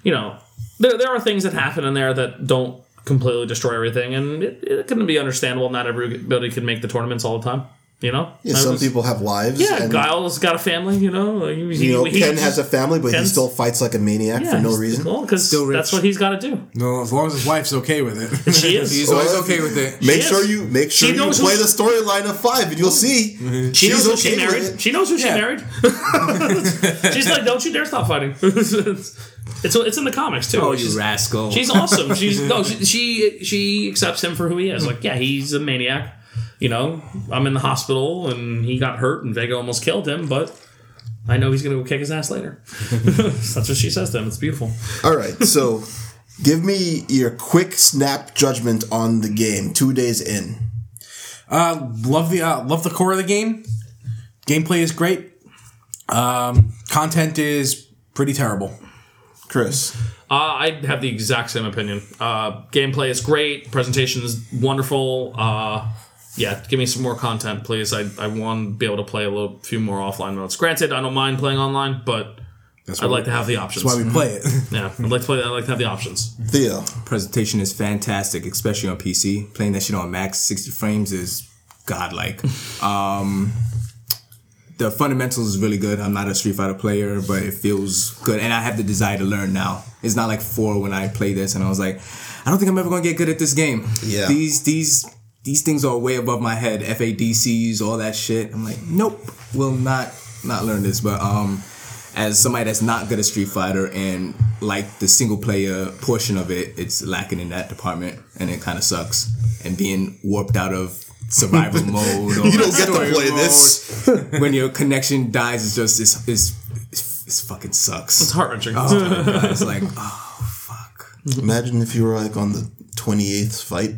[SPEAKER 3] you know there there are things that happen in there that don't completely destroy everything, and it, it can be understandable. Not everybody can make the tournaments all the time. You know,
[SPEAKER 1] Yeah,
[SPEAKER 3] I
[SPEAKER 1] some
[SPEAKER 3] was-
[SPEAKER 1] people have lives.
[SPEAKER 3] Yeah,
[SPEAKER 1] and,
[SPEAKER 3] Giles got a family. You know, like, he,
[SPEAKER 1] you know,
[SPEAKER 3] he-
[SPEAKER 1] Ken has a family, but he
[SPEAKER 3] Ken's-
[SPEAKER 1] still fights like a maniac for no reason.
[SPEAKER 3] because
[SPEAKER 4] rich.
[SPEAKER 3] that's what he's got to do.
[SPEAKER 2] No, as long as his wife's okay with it.
[SPEAKER 3] She
[SPEAKER 4] He's
[SPEAKER 3] is.
[SPEAKER 4] always okay with it.
[SPEAKER 1] Make
[SPEAKER 3] She
[SPEAKER 1] sure
[SPEAKER 3] is.
[SPEAKER 1] you make sure
[SPEAKER 3] She
[SPEAKER 1] you
[SPEAKER 3] knows
[SPEAKER 1] play
[SPEAKER 3] who-
[SPEAKER 1] the storyline of five, and you'll see.
[SPEAKER 3] She knows who she
[SPEAKER 1] okay with
[SPEAKER 3] married.
[SPEAKER 1] it.
[SPEAKER 3] She knows who she
[SPEAKER 2] Yeah.
[SPEAKER 3] married. She's like, don't you dare stop fighting. it's it's in the comics too.
[SPEAKER 4] Oh,
[SPEAKER 3] She's-
[SPEAKER 4] you rascal!
[SPEAKER 3] She's awesome. She's no, she, she she accepts him for who he is. Like, yeah, he's a maniac. You know, I'm in the hospital and he got hurt and Vega almost killed him, but I know he's gonna go kick his ass later. That's what she says to him. It's beautiful.
[SPEAKER 1] All right, so give me your quick snap judgment on the game. Two days in,
[SPEAKER 2] uh, love the uh, love the core of the game. Gameplay is great. Um, content is pretty terrible.
[SPEAKER 1] Chris.
[SPEAKER 3] Uh, I have the exact same opinion. Uh, gameplay is great. Presentation is wonderful. Uh, yeah, give me some more content, please. I, I want to be able to play a little few more offline modes. Granted, I don't mind playing online, but I'd like to have the options.
[SPEAKER 2] That's why we play it.
[SPEAKER 3] yeah, I'd like to play. I'd like to have the options.
[SPEAKER 1] Theo.
[SPEAKER 4] Presentation is fantastic, especially on PC. Playing that shit on max 60 frames is godlike. um, the fundamentals is really good. I'm not a Street Fighter player, but it feels good, and I have the desire to learn now. It's not like four when I play this, and I was like, I don't think I'm ever gonna get good at this game.
[SPEAKER 1] Yeah.
[SPEAKER 4] These these these things are way above my head. FADCs, all that shit. I'm like, nope, will not not learn this. But um, as somebody that's not good at Street Fighter and like the single player portion of it, it's lacking in that department, and it kind of sucks. And being warped out of survival mode. Or
[SPEAKER 1] You don't get to
[SPEAKER 4] story
[SPEAKER 1] play
[SPEAKER 4] mode
[SPEAKER 1] this.
[SPEAKER 4] when your connection dies, it's just it's it's, it's, it's fucking
[SPEAKER 3] It's
[SPEAKER 4] sucks.
[SPEAKER 3] heart wrenching.
[SPEAKER 2] Oh.
[SPEAKER 4] It's like oh fuck.
[SPEAKER 1] Imagine if you were like on the 28th fight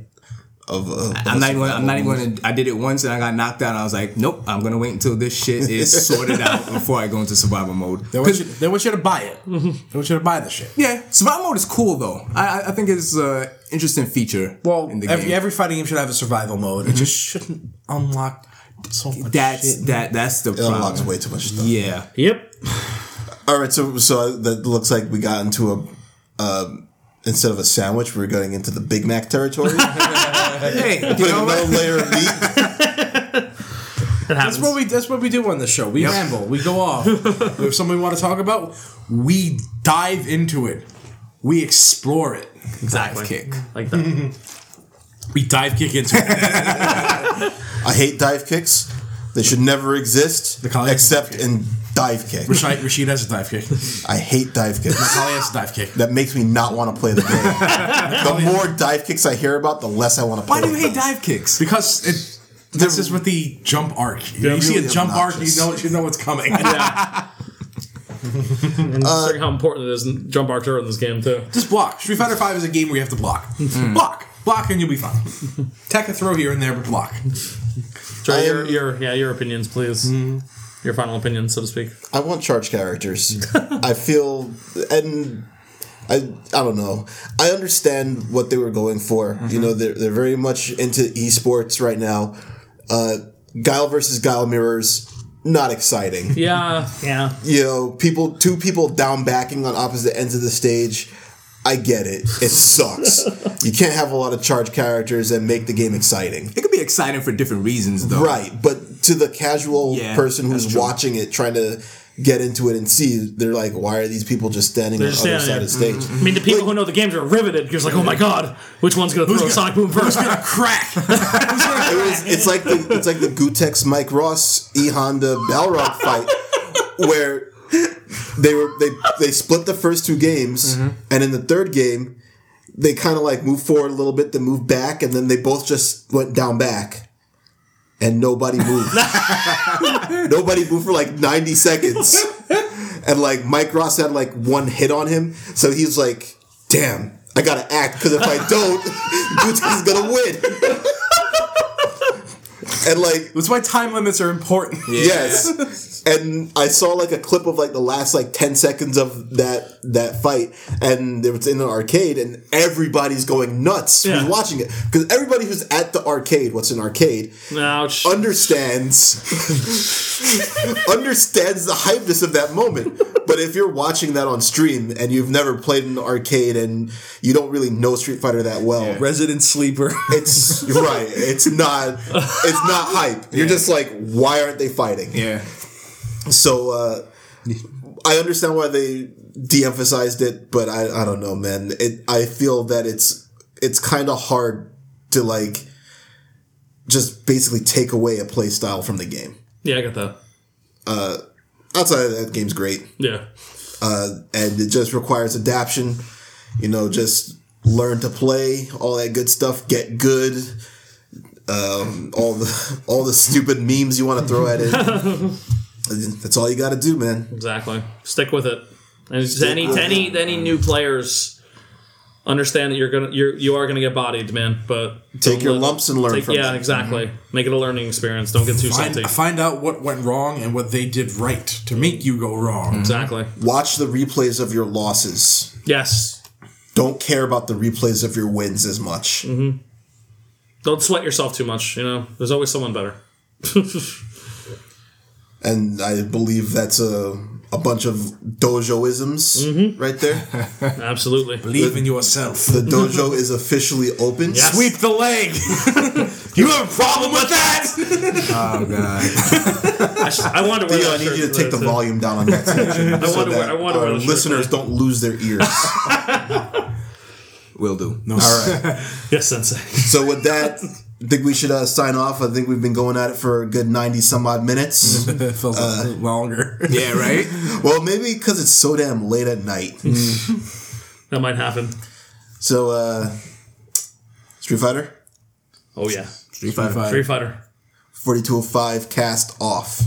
[SPEAKER 1] of uh, a.
[SPEAKER 4] I'm not even. Gonna, I'm not even. Gonna, I did it once and I got knocked out. And I was like, nope. I'm gonna wait until this shit is sorted out before I go into survival mode.
[SPEAKER 2] They want, you, they want you to buy it. They want you to buy the shit.
[SPEAKER 4] Yeah, survival mode is cool though. I I- I think it's an interesting feature.
[SPEAKER 2] Well,
[SPEAKER 4] in the
[SPEAKER 2] every,
[SPEAKER 4] game.
[SPEAKER 2] every fighting game should have a survival mode. It just shouldn't unlock so much
[SPEAKER 4] that's
[SPEAKER 2] shit.
[SPEAKER 4] that that's the
[SPEAKER 1] It unlocks
[SPEAKER 4] problem.
[SPEAKER 1] way too much stuff.
[SPEAKER 4] Yeah,
[SPEAKER 3] Yep.
[SPEAKER 1] All right, so so that looks like we got into a. Um, instead of a sandwich, we're going into the Big Mac territory.
[SPEAKER 4] hey, you
[SPEAKER 1] Putting
[SPEAKER 4] know
[SPEAKER 1] another
[SPEAKER 4] what?
[SPEAKER 1] layer of meat.
[SPEAKER 3] It happens.
[SPEAKER 2] That's what we that's what we do on the show. We ramble. We go off. if something we want to talk about, we dive into it. We explore it.
[SPEAKER 3] exactly.
[SPEAKER 4] Kick.
[SPEAKER 3] Like
[SPEAKER 1] Uh,
[SPEAKER 3] that.
[SPEAKER 2] We dive kick into it.
[SPEAKER 1] I hate dive kicks. They should never exist
[SPEAKER 2] college-
[SPEAKER 1] except in dive kicks.
[SPEAKER 2] Rashid, Rashid has a dive kick.
[SPEAKER 1] I hate dive kicks.
[SPEAKER 2] Holly has a dive kick.
[SPEAKER 1] That makes me not want to play the game. the more dive kicks I hear about, the less I want to play.
[SPEAKER 4] Why do you
[SPEAKER 1] them.
[SPEAKER 4] hate dive kicks?
[SPEAKER 2] Because it this is with the jump arc. You, know, you see a
[SPEAKER 1] really
[SPEAKER 2] jump
[SPEAKER 1] obnoxious.
[SPEAKER 2] arc, you know you know what's coming.
[SPEAKER 3] Considering how important it is, in jump arcs are in this game too.
[SPEAKER 2] Just block. Street Fighter Five is a game where you have to block.
[SPEAKER 1] Hmm.
[SPEAKER 2] Block. Block and you'll be fine. Take a throw here and there, but block.
[SPEAKER 3] Joe,
[SPEAKER 1] I am- Mm-hmm.
[SPEAKER 3] your, your yeah, your opinions, please. Your final opinion, so to speak.
[SPEAKER 1] I want charge characters. I feel and I I don't know. I understand what they were going for. You know, they're they're very much into esports right now. Uh, Guile versus Guile mirrors, not exciting.
[SPEAKER 3] Yeah, yeah.
[SPEAKER 1] You know, people two people down backing on opposite ends of the stage. I get it. It sucks. you can't have a lot of charge characters and make the game exciting.
[SPEAKER 4] It could be exciting for different reasons though.
[SPEAKER 1] Right, but to the casual
[SPEAKER 4] Yeah,
[SPEAKER 1] person
[SPEAKER 4] that's
[SPEAKER 1] who's
[SPEAKER 4] true.
[SPEAKER 1] watching it, trying to get into it and see, they're like, "Why are these people just standing on the
[SPEAKER 3] just
[SPEAKER 1] other side
[SPEAKER 3] standing
[SPEAKER 1] of the stage?"
[SPEAKER 3] I mean, the people who know the games are riveted because, like, oh my god, which one's gonna throw a Sonic Boom first?
[SPEAKER 2] Crack.
[SPEAKER 1] It was, it's like the it's like the Gutex Mike Ross E Honda Balrog fight where they were they they split the first two games, and in the third game, they kind of like moved forward a little bit, then moved back, and then they both just went down back. And nobody moved. nobody moved for like 90 seconds. and like Mike Ross had like one hit on him, so he was like, "Damn, I gotta act because if I don't, Gutex is gonna win." and like,
[SPEAKER 2] That's why time limits are important.
[SPEAKER 1] yes, and I saw like a clip of like the last like ten seconds of that that fight, and it was in an arcade, and everybody's going nuts
[SPEAKER 3] Yeah.
[SPEAKER 1] who's watching it because everybody who's at the arcade, what's an arcade,
[SPEAKER 3] Ouch.
[SPEAKER 1] Oh. understands understands the hypeness of that moment. But if you're watching that on stream and you've never played in the arcade and you don't really know Street Fighter that well,
[SPEAKER 2] Resident sleeper.
[SPEAKER 1] it's you're right. It's not it's not hype. You're just like, why aren't they fighting?
[SPEAKER 4] Yeah.
[SPEAKER 1] So uh, I understand why they de-emphasized it, but I, I don't know, man. It I feel that it's it's kind of hard to like just basically take away a play style from the game.
[SPEAKER 3] yeah, I got that.
[SPEAKER 1] Outside of that, the game's great,
[SPEAKER 3] Yeah.
[SPEAKER 1] uh, and it just requires adaption. You know, just learn to play, all that good stuff. Get good. Um, all the all the stupid memes you want to throw at it. That's all you got to do, man.
[SPEAKER 3] Exactly. Stick with it. And to any to any to any new players, understand that you're gonna you're you are gonna get bodied, man. But
[SPEAKER 1] Take your
[SPEAKER 3] let-
[SPEAKER 1] lumps and learn
[SPEAKER 3] take-
[SPEAKER 1] from
[SPEAKER 3] yeah,
[SPEAKER 1] them. Mm-hmm.
[SPEAKER 3] exactly. Make it a learning experience. Don't get too
[SPEAKER 2] Find,
[SPEAKER 3] salty.
[SPEAKER 2] find out what went wrong and what they did right to make you go wrong.
[SPEAKER 1] Hmm.
[SPEAKER 3] Exactly.
[SPEAKER 1] Watch the replays of your losses.
[SPEAKER 3] Yes. Mm-hmm.
[SPEAKER 1] Don't care about the replays of your wins as much.
[SPEAKER 3] Don't sweat yourself too much. You know, there's always someone better.
[SPEAKER 1] and I believe that's a a bunch of dojoisms
[SPEAKER 3] Mm-hmm.
[SPEAKER 1] right there.
[SPEAKER 3] Absolutely.
[SPEAKER 2] Believe in yourself.
[SPEAKER 1] The dojo is officially open.
[SPEAKER 3] Yes.
[SPEAKER 2] Sweep the leg. you have a problem with that?
[SPEAKER 4] Oh god.
[SPEAKER 3] I, sh- I wanted to wear
[SPEAKER 1] Theo, I
[SPEAKER 3] that
[SPEAKER 1] need
[SPEAKER 3] shirt
[SPEAKER 1] you to
[SPEAKER 3] for
[SPEAKER 1] take the
[SPEAKER 3] today.
[SPEAKER 1] volume down on that section
[SPEAKER 3] I
[SPEAKER 1] so
[SPEAKER 3] wanted to wear.
[SPEAKER 1] that
[SPEAKER 3] I wanted to
[SPEAKER 1] our
[SPEAKER 3] wear the shirt
[SPEAKER 1] listeners
[SPEAKER 3] today.
[SPEAKER 1] don't lose their ears.
[SPEAKER 4] Will do.
[SPEAKER 2] No, all right.
[SPEAKER 3] Yes, sensei.
[SPEAKER 1] so with that, I think we should uh, sign off. I think we've been going at it for a good ninety some odd minutes.
[SPEAKER 3] Mm-hmm.
[SPEAKER 4] It feels a little longer. Uh, Yeah, right?
[SPEAKER 1] well, maybe because it's so damn late at night.
[SPEAKER 3] Mm-hmm. That might happen.
[SPEAKER 1] so, uh, Street Fighter
[SPEAKER 3] Oh yeah.
[SPEAKER 4] Street Fighter.
[SPEAKER 3] Free fighter.
[SPEAKER 1] forty two hundred five oh cast off.